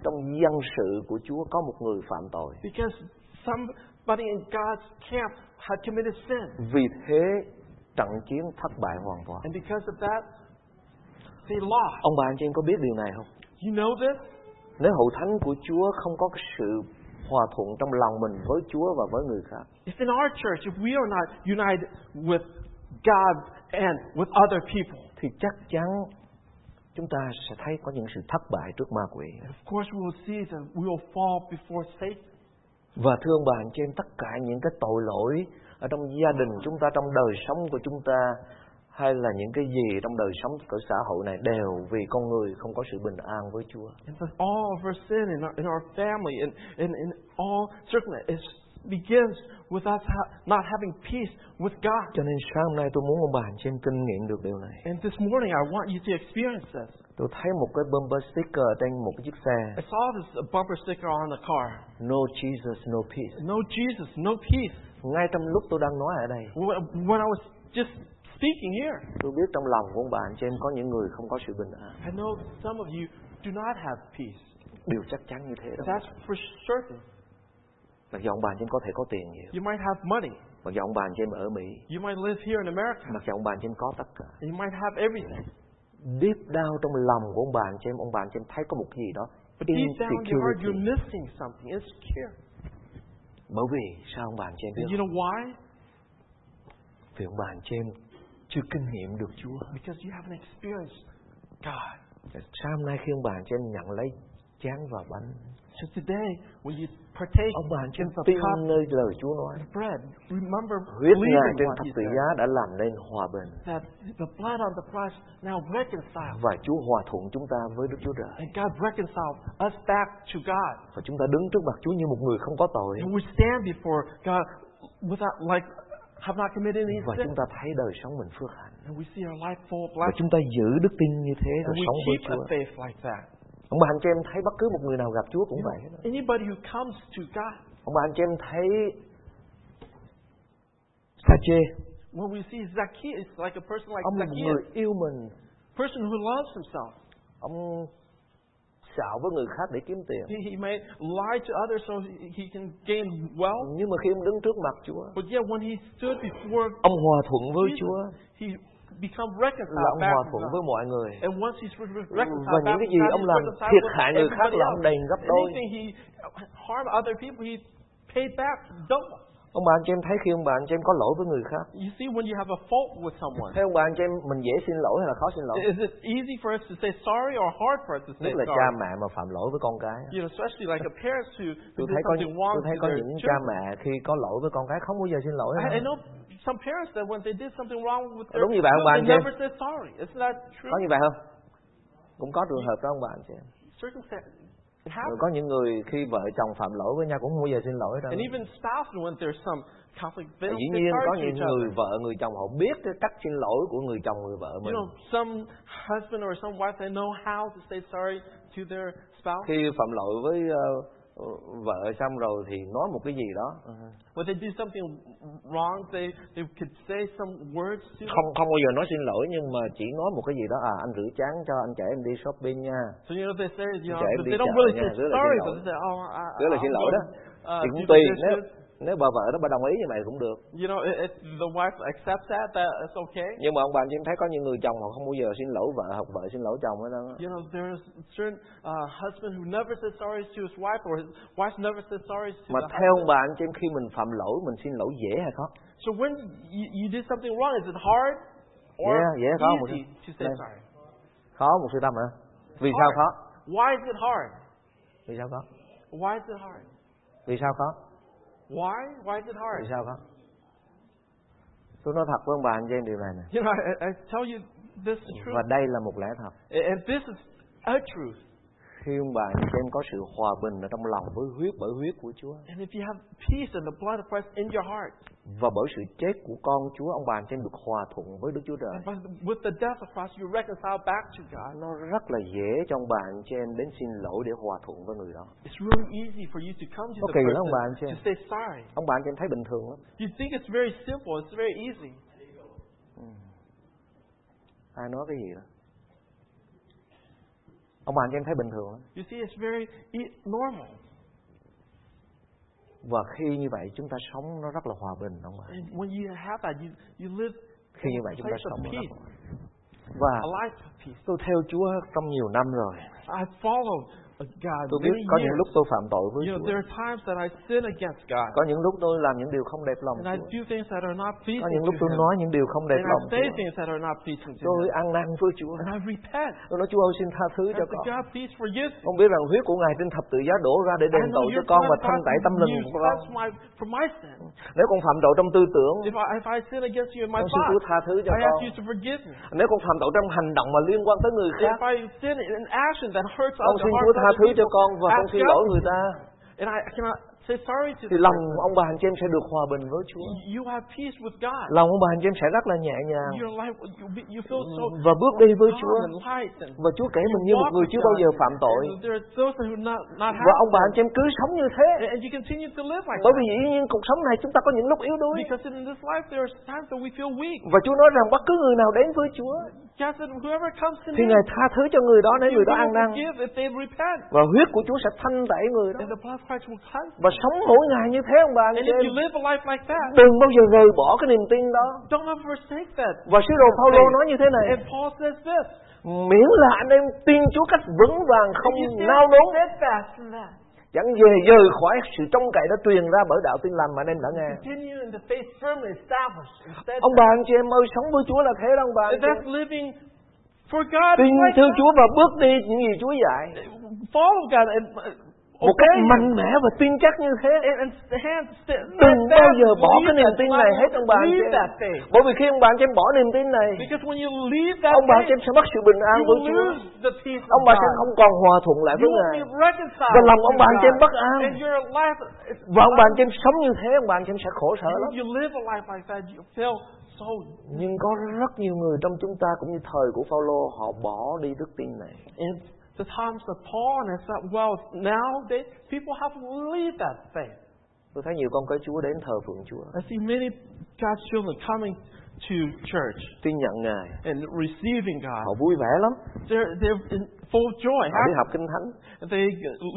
[SPEAKER 1] trong dân sự của Chúa có một người phạm tội
[SPEAKER 2] Because somebody in God's camp had committed sin.
[SPEAKER 1] Vì thế trận chiến thất bại hoàn toàn.
[SPEAKER 2] And because of that, they lost.
[SPEAKER 1] Ông bà anh chị em có biết điều này không?
[SPEAKER 2] You know this?
[SPEAKER 1] Nếu hậu thánh của Chúa không có cái sự hòa thuận trong lòng mình với Chúa và với người khác,
[SPEAKER 2] If in our church, if we are not united with God and with other people,
[SPEAKER 1] thì chắc chắn chúng ta sẽ thấy có những sự thất bại trước ma quỷ.
[SPEAKER 2] of course we will see that we will fall before Satan.
[SPEAKER 1] Và thưa ông bà anh chị em, tất cả những cái tội lỗi ở trong gia đình chúng ta, trong đời sống của chúng ta hay là những cái gì trong đời sống của xã hội này đều vì con người không có sự bình an với Chúa.
[SPEAKER 2] And so all of our sin in our, in our family and in, in all circumstances it begins with us ha- not having peace with God.
[SPEAKER 1] Cho nên sáng hôm nay tôi muốn ông bà anh chị em kinh nghiệm được điều này.
[SPEAKER 2] And this morning I want you to experience this.
[SPEAKER 1] Tôi thấy một cái bumper sticker trên một cái chiếc xe
[SPEAKER 2] I saw this bumper sticker on the car.
[SPEAKER 1] No Jesus, no peace
[SPEAKER 2] No Jesus, no peace.
[SPEAKER 1] Ngay trong lúc tôi đang nói ở đây
[SPEAKER 2] When when I was just speaking here,
[SPEAKER 1] Tôi biết trong lòng của ông bà anh chị em có những người không có sự bình an
[SPEAKER 2] I know some of you do not have peace.
[SPEAKER 1] Điều chắc chắn như thế đó
[SPEAKER 2] That's for certain.
[SPEAKER 1] Mặc dù ông bà anh chị em có thể có tiền nhiều
[SPEAKER 2] You might have money.
[SPEAKER 1] Mặc dù ông bà anh chị em ở Mỹ
[SPEAKER 2] You might live here in America.
[SPEAKER 1] Mặc dù ông bà anh chị em có tất cả
[SPEAKER 2] You might have everything.
[SPEAKER 1] Deep down trong lòng của ông bà anh chị em Ông bà anh chị em thấy có một gì đó
[SPEAKER 2] But deep down in your heart, you're
[SPEAKER 1] Insecurity
[SPEAKER 2] missing something. Insecure.
[SPEAKER 1] Bởi vì sao ông bà anh chị em biết
[SPEAKER 2] And you
[SPEAKER 1] không?
[SPEAKER 2] know why?
[SPEAKER 1] Vì ông bà anh chị em chưa kinh nghiệm được Chúa
[SPEAKER 2] Because you haven't experienced God.
[SPEAKER 1] Sáng hôm nay khi ông bà anh chị em nhận lấy chán và bánh
[SPEAKER 2] So today, when you partake
[SPEAKER 1] Ông bà anh chị em
[SPEAKER 2] in the
[SPEAKER 1] tin
[SPEAKER 2] cup
[SPEAKER 1] nơi lời Chúa nói
[SPEAKER 2] of bread, remember
[SPEAKER 1] Huyết
[SPEAKER 2] believe
[SPEAKER 1] Ngài
[SPEAKER 2] in
[SPEAKER 1] trên
[SPEAKER 2] what
[SPEAKER 1] thập
[SPEAKER 2] he
[SPEAKER 1] tự
[SPEAKER 2] said,
[SPEAKER 1] giá đã làm nên hòa bình
[SPEAKER 2] that the blood on the cross now reconciles.
[SPEAKER 1] và Chúa hòa thuận chúng ta với Đức Chúa Trời
[SPEAKER 2] And God reconciles us back to God.
[SPEAKER 1] và chúng ta đứng trước mặt Chúa như một người không có tội
[SPEAKER 2] And we stand before God without, like, have not committed any
[SPEAKER 1] và
[SPEAKER 2] sin.
[SPEAKER 1] chúng ta thấy đời sống mình phước hạnh
[SPEAKER 2] And we see our life full of
[SPEAKER 1] và
[SPEAKER 2] blessings.
[SPEAKER 1] chúng ta giữ đức tin như thế
[SPEAKER 2] And
[SPEAKER 1] rồi
[SPEAKER 2] we
[SPEAKER 1] sống với
[SPEAKER 2] keep a
[SPEAKER 1] Chúa.
[SPEAKER 2] faith like that.
[SPEAKER 1] Ông bà anh chị em thấy bất cứ một người nào gặp Chúa cũng vậy. hết á.
[SPEAKER 2] Anybody who comes to God,
[SPEAKER 1] Ông bà anh chị em thấy Sa chê
[SPEAKER 2] when we see Zacchaeus, like a person like
[SPEAKER 1] ông là một người
[SPEAKER 2] Zacchaeus,
[SPEAKER 1] yêu mình,
[SPEAKER 2] person who loves himself,
[SPEAKER 1] ông xạo với người khác để kiếm tiền.
[SPEAKER 2] he, he may lie to others so he, he can gain wealth,
[SPEAKER 1] Nhưng mà khi ông đứng trước mặt Chúa,
[SPEAKER 2] but yet when he stood before
[SPEAKER 1] ông hòa thuận với
[SPEAKER 2] Jesus,
[SPEAKER 1] Chúa
[SPEAKER 2] he become
[SPEAKER 1] là
[SPEAKER 2] reconciled
[SPEAKER 1] ông
[SPEAKER 2] back
[SPEAKER 1] hòa
[SPEAKER 2] to
[SPEAKER 1] thuận
[SPEAKER 2] God.
[SPEAKER 1] với mọi người.
[SPEAKER 2] And once he's re- re-
[SPEAKER 1] và
[SPEAKER 2] reconciled
[SPEAKER 1] những
[SPEAKER 2] back
[SPEAKER 1] cái
[SPEAKER 2] to
[SPEAKER 1] gì
[SPEAKER 2] God,
[SPEAKER 1] ông
[SPEAKER 2] he's
[SPEAKER 1] làm
[SPEAKER 2] reconciled
[SPEAKER 1] thiệt
[SPEAKER 2] with
[SPEAKER 1] hại người khác
[SPEAKER 2] everybody
[SPEAKER 1] là ông
[SPEAKER 2] else.
[SPEAKER 1] đền gấp đôi
[SPEAKER 2] Anything he harm other people, he paid back double.
[SPEAKER 1] ông bà anh chị em thấy khi ông bà anh chị em có lỗi với người khác
[SPEAKER 2] You see, when you have a fault with someone,
[SPEAKER 1] thấy ông bà anh chị em mình dễ xin lỗi hay là khó xin lỗi
[SPEAKER 2] is it easy for us to say sorry or hard for us to say
[SPEAKER 1] nhất là cha
[SPEAKER 2] sorry?
[SPEAKER 1] mẹ mà phạm lỗi với con cái
[SPEAKER 2] You know, especially like a parents who, who
[SPEAKER 1] tôi
[SPEAKER 2] do
[SPEAKER 1] thấy có
[SPEAKER 2] something wrong
[SPEAKER 1] tôi thấy
[SPEAKER 2] to
[SPEAKER 1] có
[SPEAKER 2] their
[SPEAKER 1] những cha
[SPEAKER 2] children.
[SPEAKER 1] mẹ khi có lỗi với con cái không bao giờ xin lỗi
[SPEAKER 2] I, I
[SPEAKER 1] hết.
[SPEAKER 2] know some parents that when they did something wrong with their
[SPEAKER 1] Đúng như vậy, ông bà anh
[SPEAKER 2] children, they
[SPEAKER 1] chị.
[SPEAKER 2] never said sorry. Isn't that true?
[SPEAKER 1] có như vậy không cũng có trường hợp đó ông bà anh chị em
[SPEAKER 2] Circumstance It
[SPEAKER 1] Rồi
[SPEAKER 2] happens.
[SPEAKER 1] có những người khi vợ chồng phạm lỗi với nhau cũng không bao giờ xin lỗi đâu.
[SPEAKER 2] And even spouses, when there's some conflict, they
[SPEAKER 1] Dĩ
[SPEAKER 2] don't get
[SPEAKER 1] nhiên có
[SPEAKER 2] hard to
[SPEAKER 1] những
[SPEAKER 2] each other.
[SPEAKER 1] người vợ người chồng họ biết cái cách xin lỗi của người chồng người vợ
[SPEAKER 2] You
[SPEAKER 1] mình.
[SPEAKER 2] know, some husband or some wife, they know how to say sorry to their spouse.
[SPEAKER 1] Khi phạm lỗi với ờ, ờ, vợ xong rồi thì nói một cái gì đó
[SPEAKER 2] Uh-huh. When they do something wrong, they, they could say some words to them.
[SPEAKER 1] không không bao giờ nói xin lỗi nhưng mà chỉ nói một cái gì đó à anh rửa chén cho anh trẻ em đi shopping nha
[SPEAKER 2] So, you know, they say, you know,
[SPEAKER 1] Trẻ em
[SPEAKER 2] but
[SPEAKER 1] đi
[SPEAKER 2] they don't
[SPEAKER 1] chợ
[SPEAKER 2] really
[SPEAKER 1] nha,
[SPEAKER 2] say
[SPEAKER 1] rất là
[SPEAKER 2] sorry,
[SPEAKER 1] xin
[SPEAKER 2] but
[SPEAKER 1] lỗi.
[SPEAKER 2] they say, oh, I,
[SPEAKER 1] Rất là
[SPEAKER 2] I'm
[SPEAKER 1] xin lỗi đó.
[SPEAKER 2] gonna, uh,
[SPEAKER 1] thì
[SPEAKER 2] do
[SPEAKER 1] cũng
[SPEAKER 2] the
[SPEAKER 1] tùy nếu
[SPEAKER 2] dishes.
[SPEAKER 1] nếu bà vợ đó bà đồng ý như vậy cũng được
[SPEAKER 2] You know, if if the wife accepts that, that it's okay.
[SPEAKER 1] nhưng mà ông bạn em thấy có những người chồng họ không bao giờ xin lỗi vợ hoặc vợ xin lỗi chồng hết đó
[SPEAKER 2] You know, there's certain uh, husband who never says sorry to his wife, or his wife never says sorry to
[SPEAKER 1] mà
[SPEAKER 2] the
[SPEAKER 1] theo
[SPEAKER 2] husband.
[SPEAKER 1] ông bạn em khi mình phạm lỗi mình xin lỗi dễ hay khó
[SPEAKER 2] So when you, you do something wrong, is it hard or
[SPEAKER 1] Yeah, yeah, khó một
[SPEAKER 2] easy to say
[SPEAKER 1] Yeah.
[SPEAKER 2] sorry?
[SPEAKER 1] khó một sư tâm hả vì
[SPEAKER 2] Hard.
[SPEAKER 1] sao khó
[SPEAKER 2] Why is it hard?
[SPEAKER 1] vì sao khó
[SPEAKER 2] Why is it hard?
[SPEAKER 1] vì sao khó
[SPEAKER 2] Why? Why is it
[SPEAKER 1] vì
[SPEAKER 2] hard?
[SPEAKER 1] sao khó tôi nói thật với ông bạn em điều này nè
[SPEAKER 2] You know, I, I tell you this is true,
[SPEAKER 1] và đây là một lẽ thật
[SPEAKER 2] and and this is a truth.
[SPEAKER 1] khi ông bạn em có sự hòa bình ở trong lòng với huyết bởi huyết của Chúa
[SPEAKER 2] And if you have peace and the blood of Christ in your heart,
[SPEAKER 1] và bởi sự chết của con Chúa ông bạn em được hòa thuận với Đức Chúa Trời
[SPEAKER 2] and by the- with the death of Christ, you reconcile back to God.
[SPEAKER 1] nó rất là dễ cho ông bạn cho em đến xin lỗi để hòa thuận với người đó
[SPEAKER 2] It's really easy for you to come to
[SPEAKER 1] Có
[SPEAKER 2] the
[SPEAKER 1] kỳ lắm bạn chứ.
[SPEAKER 2] person to say sorry.
[SPEAKER 1] ông bạn cho em thấy bình thường lắm
[SPEAKER 2] You think it's very simple. It's very easy.
[SPEAKER 1] ai nói cái gì đó ông bạn cho em thấy bình thường lắm
[SPEAKER 2] You see, it's very e- normal.
[SPEAKER 1] và khi như vậy chúng ta sống nó rất là hòa bình ông bạn
[SPEAKER 2] And when you have that, you, you live
[SPEAKER 1] khi như
[SPEAKER 2] in
[SPEAKER 1] vậy
[SPEAKER 2] a
[SPEAKER 1] chúng ta
[SPEAKER 2] place
[SPEAKER 1] sống
[SPEAKER 2] of
[SPEAKER 1] nó rất
[SPEAKER 2] peace,
[SPEAKER 1] là và
[SPEAKER 2] a life of peace.
[SPEAKER 1] tôi theo Chúa trong nhiều năm rồi
[SPEAKER 2] I followed uh, God
[SPEAKER 1] tôi biết
[SPEAKER 2] many
[SPEAKER 1] có những
[SPEAKER 2] years.
[SPEAKER 1] lúc tôi phạm tội với
[SPEAKER 2] You know, there
[SPEAKER 1] Chúa
[SPEAKER 2] are times that I sin against God.
[SPEAKER 1] có những lúc tôi làm những điều không đẹp lòng
[SPEAKER 2] And I
[SPEAKER 1] Chúa
[SPEAKER 2] do things that are not pleasing
[SPEAKER 1] có những
[SPEAKER 2] to
[SPEAKER 1] lúc tôi
[SPEAKER 2] Him.
[SPEAKER 1] nói những điều không đẹp
[SPEAKER 2] And I
[SPEAKER 1] lòng
[SPEAKER 2] say
[SPEAKER 1] Chúa
[SPEAKER 2] things that are not pleasing to
[SPEAKER 1] tôi
[SPEAKER 2] Him.
[SPEAKER 1] ăn năn với Chúa
[SPEAKER 2] And I repent.
[SPEAKER 1] tôi nói Chúa ơi xin tha thứ
[SPEAKER 2] And I
[SPEAKER 1] cho
[SPEAKER 2] say,
[SPEAKER 1] con
[SPEAKER 2] God, please forgive me.
[SPEAKER 1] Con biết rằng huyết của Ngài trên thập tự giá đổ ra để
[SPEAKER 2] I
[SPEAKER 1] đền
[SPEAKER 2] know
[SPEAKER 1] tội cho
[SPEAKER 2] your
[SPEAKER 1] con
[SPEAKER 2] blood
[SPEAKER 1] và
[SPEAKER 2] of
[SPEAKER 1] thanh
[SPEAKER 2] God
[SPEAKER 1] tẩy tâm linh
[SPEAKER 2] used
[SPEAKER 1] của con.
[SPEAKER 2] that's my, for my sin.
[SPEAKER 1] Nếu con phạm tội trong tư tưởng,
[SPEAKER 2] If I, if I sin against you in my
[SPEAKER 1] con xin Chúa
[SPEAKER 2] thoughts,
[SPEAKER 1] tha thứ cho
[SPEAKER 2] I
[SPEAKER 1] con.
[SPEAKER 2] ask you to forgive me.
[SPEAKER 1] Nếu con phạm tội trong hành động mà liên quan tới người khác,
[SPEAKER 2] If I sin in an action that hurts
[SPEAKER 1] con
[SPEAKER 2] other
[SPEAKER 1] xin Chúa
[SPEAKER 2] hearts,
[SPEAKER 1] tha
[SPEAKER 2] other
[SPEAKER 1] thứ cho
[SPEAKER 2] people,
[SPEAKER 1] con và con
[SPEAKER 2] ask
[SPEAKER 1] xin
[SPEAKER 2] God
[SPEAKER 1] lỗi
[SPEAKER 2] to
[SPEAKER 1] người ta,
[SPEAKER 2] And I cannot say sorry to
[SPEAKER 1] thì
[SPEAKER 2] the
[SPEAKER 1] lòng
[SPEAKER 2] person.
[SPEAKER 1] ông bà anh chị em sẽ được hòa bình với Chúa.
[SPEAKER 2] You have peace with God.
[SPEAKER 1] Lòng ông bà anh chị em sẽ rất là nhẹ nhàng
[SPEAKER 2] Your life, you, be- you feel so
[SPEAKER 1] và bước đi với Chúa.
[SPEAKER 2] calm and light. And
[SPEAKER 1] Và Chúa kể mình như một
[SPEAKER 2] walk
[SPEAKER 1] người
[SPEAKER 2] with
[SPEAKER 1] chưa bao
[SPEAKER 2] God.
[SPEAKER 1] giờ phạm tội.
[SPEAKER 2] And there are those who not not
[SPEAKER 1] Và
[SPEAKER 2] have.
[SPEAKER 1] ông bà anh chị em cứ sống như thế.
[SPEAKER 2] And, and you continue to live like
[SPEAKER 1] Bởi
[SPEAKER 2] that.
[SPEAKER 1] vì dĩ nhiên cuộc sống này chúng ta có những lúc yếu đuối.
[SPEAKER 2] Because in this life there are times that we feel weak.
[SPEAKER 1] Và Chúa nói rằng bất cứ người nào đến với Chúa
[SPEAKER 2] God said, whoever comes to
[SPEAKER 1] thì
[SPEAKER 2] me,
[SPEAKER 1] Ngài tha thứ cho người đó
[SPEAKER 2] He
[SPEAKER 1] nếu người đó ăn
[SPEAKER 2] will
[SPEAKER 1] năn.
[SPEAKER 2] forgive if they repent.
[SPEAKER 1] và huyết của Chúa sẽ thanh tẩy người đó
[SPEAKER 2] And the blood of Christ will cleanse.
[SPEAKER 1] và sống mỗi ngày như thế ông bà anh
[SPEAKER 2] And
[SPEAKER 1] chị
[SPEAKER 2] if
[SPEAKER 1] em
[SPEAKER 2] you live a life like that,
[SPEAKER 1] đừng bao giờ rời bỏ cái niềm tin đó
[SPEAKER 2] don't ever forsake that.
[SPEAKER 1] và sứ đồ Phaolô nói như thế này
[SPEAKER 2] And Paul says this.
[SPEAKER 1] miễn là anh em tin Chúa cách vững vàng không
[SPEAKER 2] if you stay
[SPEAKER 1] nao núng
[SPEAKER 2] steadfast in that,
[SPEAKER 1] chẳng về rời khỏi sự trông cậy đã truyền ra bởi đạo tin lành mà anh em đã nghe
[SPEAKER 2] continue in the faith firmly established and
[SPEAKER 1] ông
[SPEAKER 2] steadfast.
[SPEAKER 1] bà anh chị em ơi sống với Chúa là thế đó ông bà anh
[SPEAKER 2] And
[SPEAKER 1] chị
[SPEAKER 2] that's
[SPEAKER 1] em
[SPEAKER 2] living for God.
[SPEAKER 1] tin
[SPEAKER 2] It's like
[SPEAKER 1] theo
[SPEAKER 2] that.
[SPEAKER 1] Chúa và bước đi những gì Chúa dạy
[SPEAKER 2] Follow God and uh,
[SPEAKER 1] một cách
[SPEAKER 2] obey Him.
[SPEAKER 1] mạnh mẽ và tin chắc như thế
[SPEAKER 2] And, and stand, stand,
[SPEAKER 1] đừng bao giờ bỏ cái niềm tin này hết ông bà anh chị
[SPEAKER 2] Leave
[SPEAKER 1] em
[SPEAKER 2] that faith.
[SPEAKER 1] bởi vì khi ông bà anh chị em bỏ niềm tin này
[SPEAKER 2] Because when you leave that
[SPEAKER 1] ông bà anh chị
[SPEAKER 2] faith,
[SPEAKER 1] em sẽ mất sự bình an
[SPEAKER 2] you
[SPEAKER 1] với Chúa
[SPEAKER 2] lose the peace of
[SPEAKER 1] ông bà sẽ
[SPEAKER 2] God.
[SPEAKER 1] không còn hòa thuận lại
[SPEAKER 2] You
[SPEAKER 1] với
[SPEAKER 2] will
[SPEAKER 1] Ngài
[SPEAKER 2] be reconciled
[SPEAKER 1] Và lòng ông
[SPEAKER 2] with
[SPEAKER 1] bà anh chị em
[SPEAKER 2] God.
[SPEAKER 1] bất an.
[SPEAKER 2] And your life is
[SPEAKER 1] và ông bà anh chị em sống như thế ông bà anh chị em sẽ khổ sở
[SPEAKER 2] And
[SPEAKER 1] lắm
[SPEAKER 2] if you live a life like that, you feel so.
[SPEAKER 1] nhưng có rất nhiều người trong chúng ta cũng như thời của Phaolô họ bỏ đi đức tin này
[SPEAKER 2] And the times of Paul and it's not well nowadays. People have to leave that faith.
[SPEAKER 1] tôi thấy nhiều con cái Chúa đến thờ phượng Chúa
[SPEAKER 2] I see many God's children coming to church
[SPEAKER 1] tin nhận Ngài
[SPEAKER 2] and receiving
[SPEAKER 1] họ
[SPEAKER 2] God.
[SPEAKER 1] vui vẻ lắm
[SPEAKER 2] They're they're in full joy.
[SPEAKER 1] họ đi học kinh thánh
[SPEAKER 2] They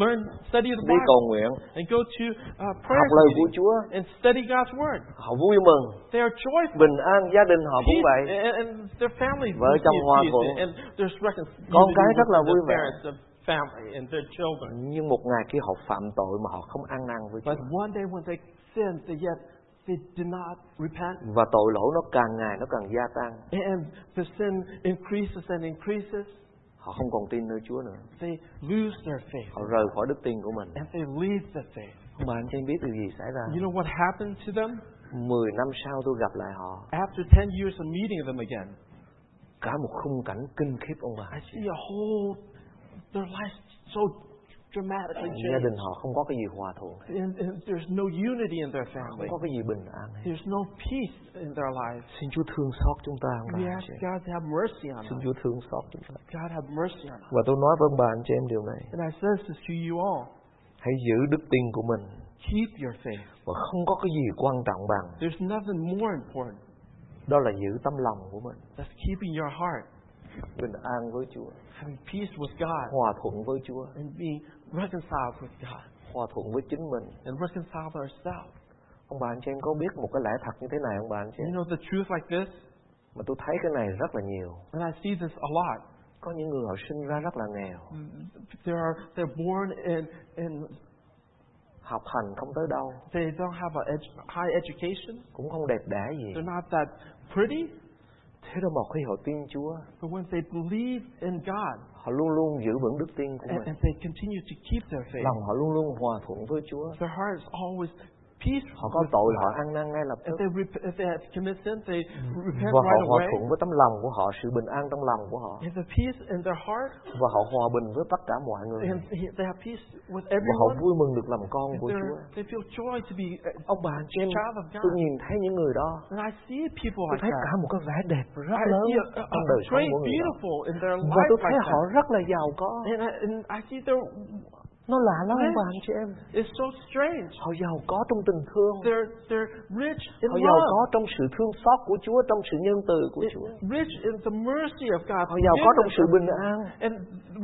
[SPEAKER 2] learn study the
[SPEAKER 1] đi cầu
[SPEAKER 2] Bible
[SPEAKER 1] nguyện
[SPEAKER 2] and go to uh,
[SPEAKER 1] học
[SPEAKER 2] prayer
[SPEAKER 1] lời của
[SPEAKER 2] meeting
[SPEAKER 1] Chúa
[SPEAKER 2] and study God's word.
[SPEAKER 1] họ vui mừng
[SPEAKER 2] They are joyful.
[SPEAKER 1] bình an gia đình họ cũng
[SPEAKER 2] Peace,
[SPEAKER 1] vậy
[SPEAKER 2] and, and their families
[SPEAKER 1] Vợ chồng hòa thuận.
[SPEAKER 2] and there's reconciliation
[SPEAKER 1] Con cái rất là
[SPEAKER 2] with
[SPEAKER 1] vui
[SPEAKER 2] the
[SPEAKER 1] vẻ.
[SPEAKER 2] parents of family and their children.
[SPEAKER 1] nhưng một ngày khi họ phạm tội mà họ không ăn năn với
[SPEAKER 2] But
[SPEAKER 1] Chúa
[SPEAKER 2] one day when they sinned, they yet they did not repent.
[SPEAKER 1] và tội lỗi nó càng ngày nó càng gia tăng
[SPEAKER 2] And the sin increases and increases.
[SPEAKER 1] họ không còn tin nơi Chúa nữa
[SPEAKER 2] They lose their faith.
[SPEAKER 1] họ rời khỏi đức tin của mình
[SPEAKER 2] And they leave the faith.
[SPEAKER 1] Ông bà anh chị em biết điều gì xảy ra
[SPEAKER 2] You know what happened to them?
[SPEAKER 1] 10 năm sau tôi gặp lại họ
[SPEAKER 2] After 10 years of meeting them again,
[SPEAKER 1] Cả một khung cảnh kinh khiếp ông bà
[SPEAKER 2] I see a whole, their life so dramatically
[SPEAKER 1] gia
[SPEAKER 2] changed.
[SPEAKER 1] đình họ không có cái gì hòa thuận
[SPEAKER 2] And, and there's no unity in their
[SPEAKER 1] không
[SPEAKER 2] family.
[SPEAKER 1] có cái gì bình an hết.
[SPEAKER 2] There's no peace in their lives.
[SPEAKER 1] xin Chúa thương xót chúng ta ông bà
[SPEAKER 2] We
[SPEAKER 1] anh
[SPEAKER 2] ask
[SPEAKER 1] chị em.
[SPEAKER 2] Oh, God to have mercy on
[SPEAKER 1] xin
[SPEAKER 2] us.
[SPEAKER 1] Chúchúa thương xót chúng ta
[SPEAKER 2] God have mercy on us.
[SPEAKER 1] và tôi nói với ông bà anh chị em điều này
[SPEAKER 2] And I says this to you all.
[SPEAKER 1] hãy giữ đức tin của mình
[SPEAKER 2] Keep your faith.
[SPEAKER 1] và không có cái gì quan trọng bằng
[SPEAKER 2] There's nothing more important.
[SPEAKER 1] đó là giữ tấm lòng của mình
[SPEAKER 2] That's keeping your heart,
[SPEAKER 1] bình an với Chúa
[SPEAKER 2] having peace with God,
[SPEAKER 1] hòa thuận với Chúa
[SPEAKER 2] and being reconciled with God,
[SPEAKER 1] hòa thuận với chính mình
[SPEAKER 2] and reconciled with ourselves.
[SPEAKER 1] ông bà anh chị em có biết một cái lẽ thật như thế này ông bà anh chị
[SPEAKER 2] You
[SPEAKER 1] em
[SPEAKER 2] know the truth like this,
[SPEAKER 1] mà tôi thấy cái này rất là nhiều
[SPEAKER 2] and I see this a lot.
[SPEAKER 1] có những người họ sinh ra rất là nghèo
[SPEAKER 2] There are they're born and and
[SPEAKER 1] học hành không tới đâu
[SPEAKER 2] they don't have a edu- high education.
[SPEAKER 1] cũng không đẹp đẽ gì
[SPEAKER 2] They're not that pretty,
[SPEAKER 1] thế đó mà khi họ tin Chúa
[SPEAKER 2] but when they believe in God
[SPEAKER 1] họ luôn luôn giữ vững đức tin của
[SPEAKER 2] and,
[SPEAKER 1] mình
[SPEAKER 2] and they continue to keep their faith,
[SPEAKER 1] lòng họ luôn luôn hòa thuận với Chúa
[SPEAKER 2] their heart is always peaceful.
[SPEAKER 1] họ có
[SPEAKER 2] with
[SPEAKER 1] tội
[SPEAKER 2] God.
[SPEAKER 1] họ ăn năn ngay lập
[SPEAKER 2] If
[SPEAKER 1] tức
[SPEAKER 2] they, rep- if they have commit sin, they repent
[SPEAKER 1] và họ
[SPEAKER 2] right
[SPEAKER 1] hòa
[SPEAKER 2] away.
[SPEAKER 1] thuận với tấm lòng của họ sự bình an trong lòng của họ
[SPEAKER 2] They have peace in their heart,
[SPEAKER 1] và họ hòa bình với tất cả mọi người
[SPEAKER 2] and he- they have peace with
[SPEAKER 1] và họ
[SPEAKER 2] everyone.
[SPEAKER 1] vui mừng được làm con
[SPEAKER 2] And
[SPEAKER 1] của Chúa
[SPEAKER 2] they're- They feel joy to be a
[SPEAKER 1] ông bà chị em
[SPEAKER 2] child of
[SPEAKER 1] tôi
[SPEAKER 2] God.
[SPEAKER 1] nhìn thấy những người đó
[SPEAKER 2] And I see people
[SPEAKER 1] tôi
[SPEAKER 2] like
[SPEAKER 1] thấy
[SPEAKER 2] that.
[SPEAKER 1] cả một cái vẻ đẹp rất
[SPEAKER 2] I
[SPEAKER 1] lớn
[SPEAKER 2] see a, a,
[SPEAKER 1] trong đời
[SPEAKER 2] a
[SPEAKER 1] sống
[SPEAKER 2] great
[SPEAKER 1] của người đó
[SPEAKER 2] beautiful in their
[SPEAKER 1] và
[SPEAKER 2] life
[SPEAKER 1] tôi thấy
[SPEAKER 2] like
[SPEAKER 1] họ
[SPEAKER 2] that.
[SPEAKER 1] rất là giàu có
[SPEAKER 2] And I, and I see they're,
[SPEAKER 1] nó lạ lắm ông
[SPEAKER 2] Rich.
[SPEAKER 1] bà anh chị em
[SPEAKER 2] it's so strange.
[SPEAKER 1] họ giàu có trong tình thương
[SPEAKER 2] They're, they're rich in
[SPEAKER 1] họ giàu
[SPEAKER 2] love,
[SPEAKER 1] có trong sự thương xót của Chúa trong sự nhân từ của Chúa
[SPEAKER 2] rich in the mercy of God,
[SPEAKER 1] họ giàu có trong sự
[SPEAKER 2] forgiveness,
[SPEAKER 1] bình an
[SPEAKER 2] and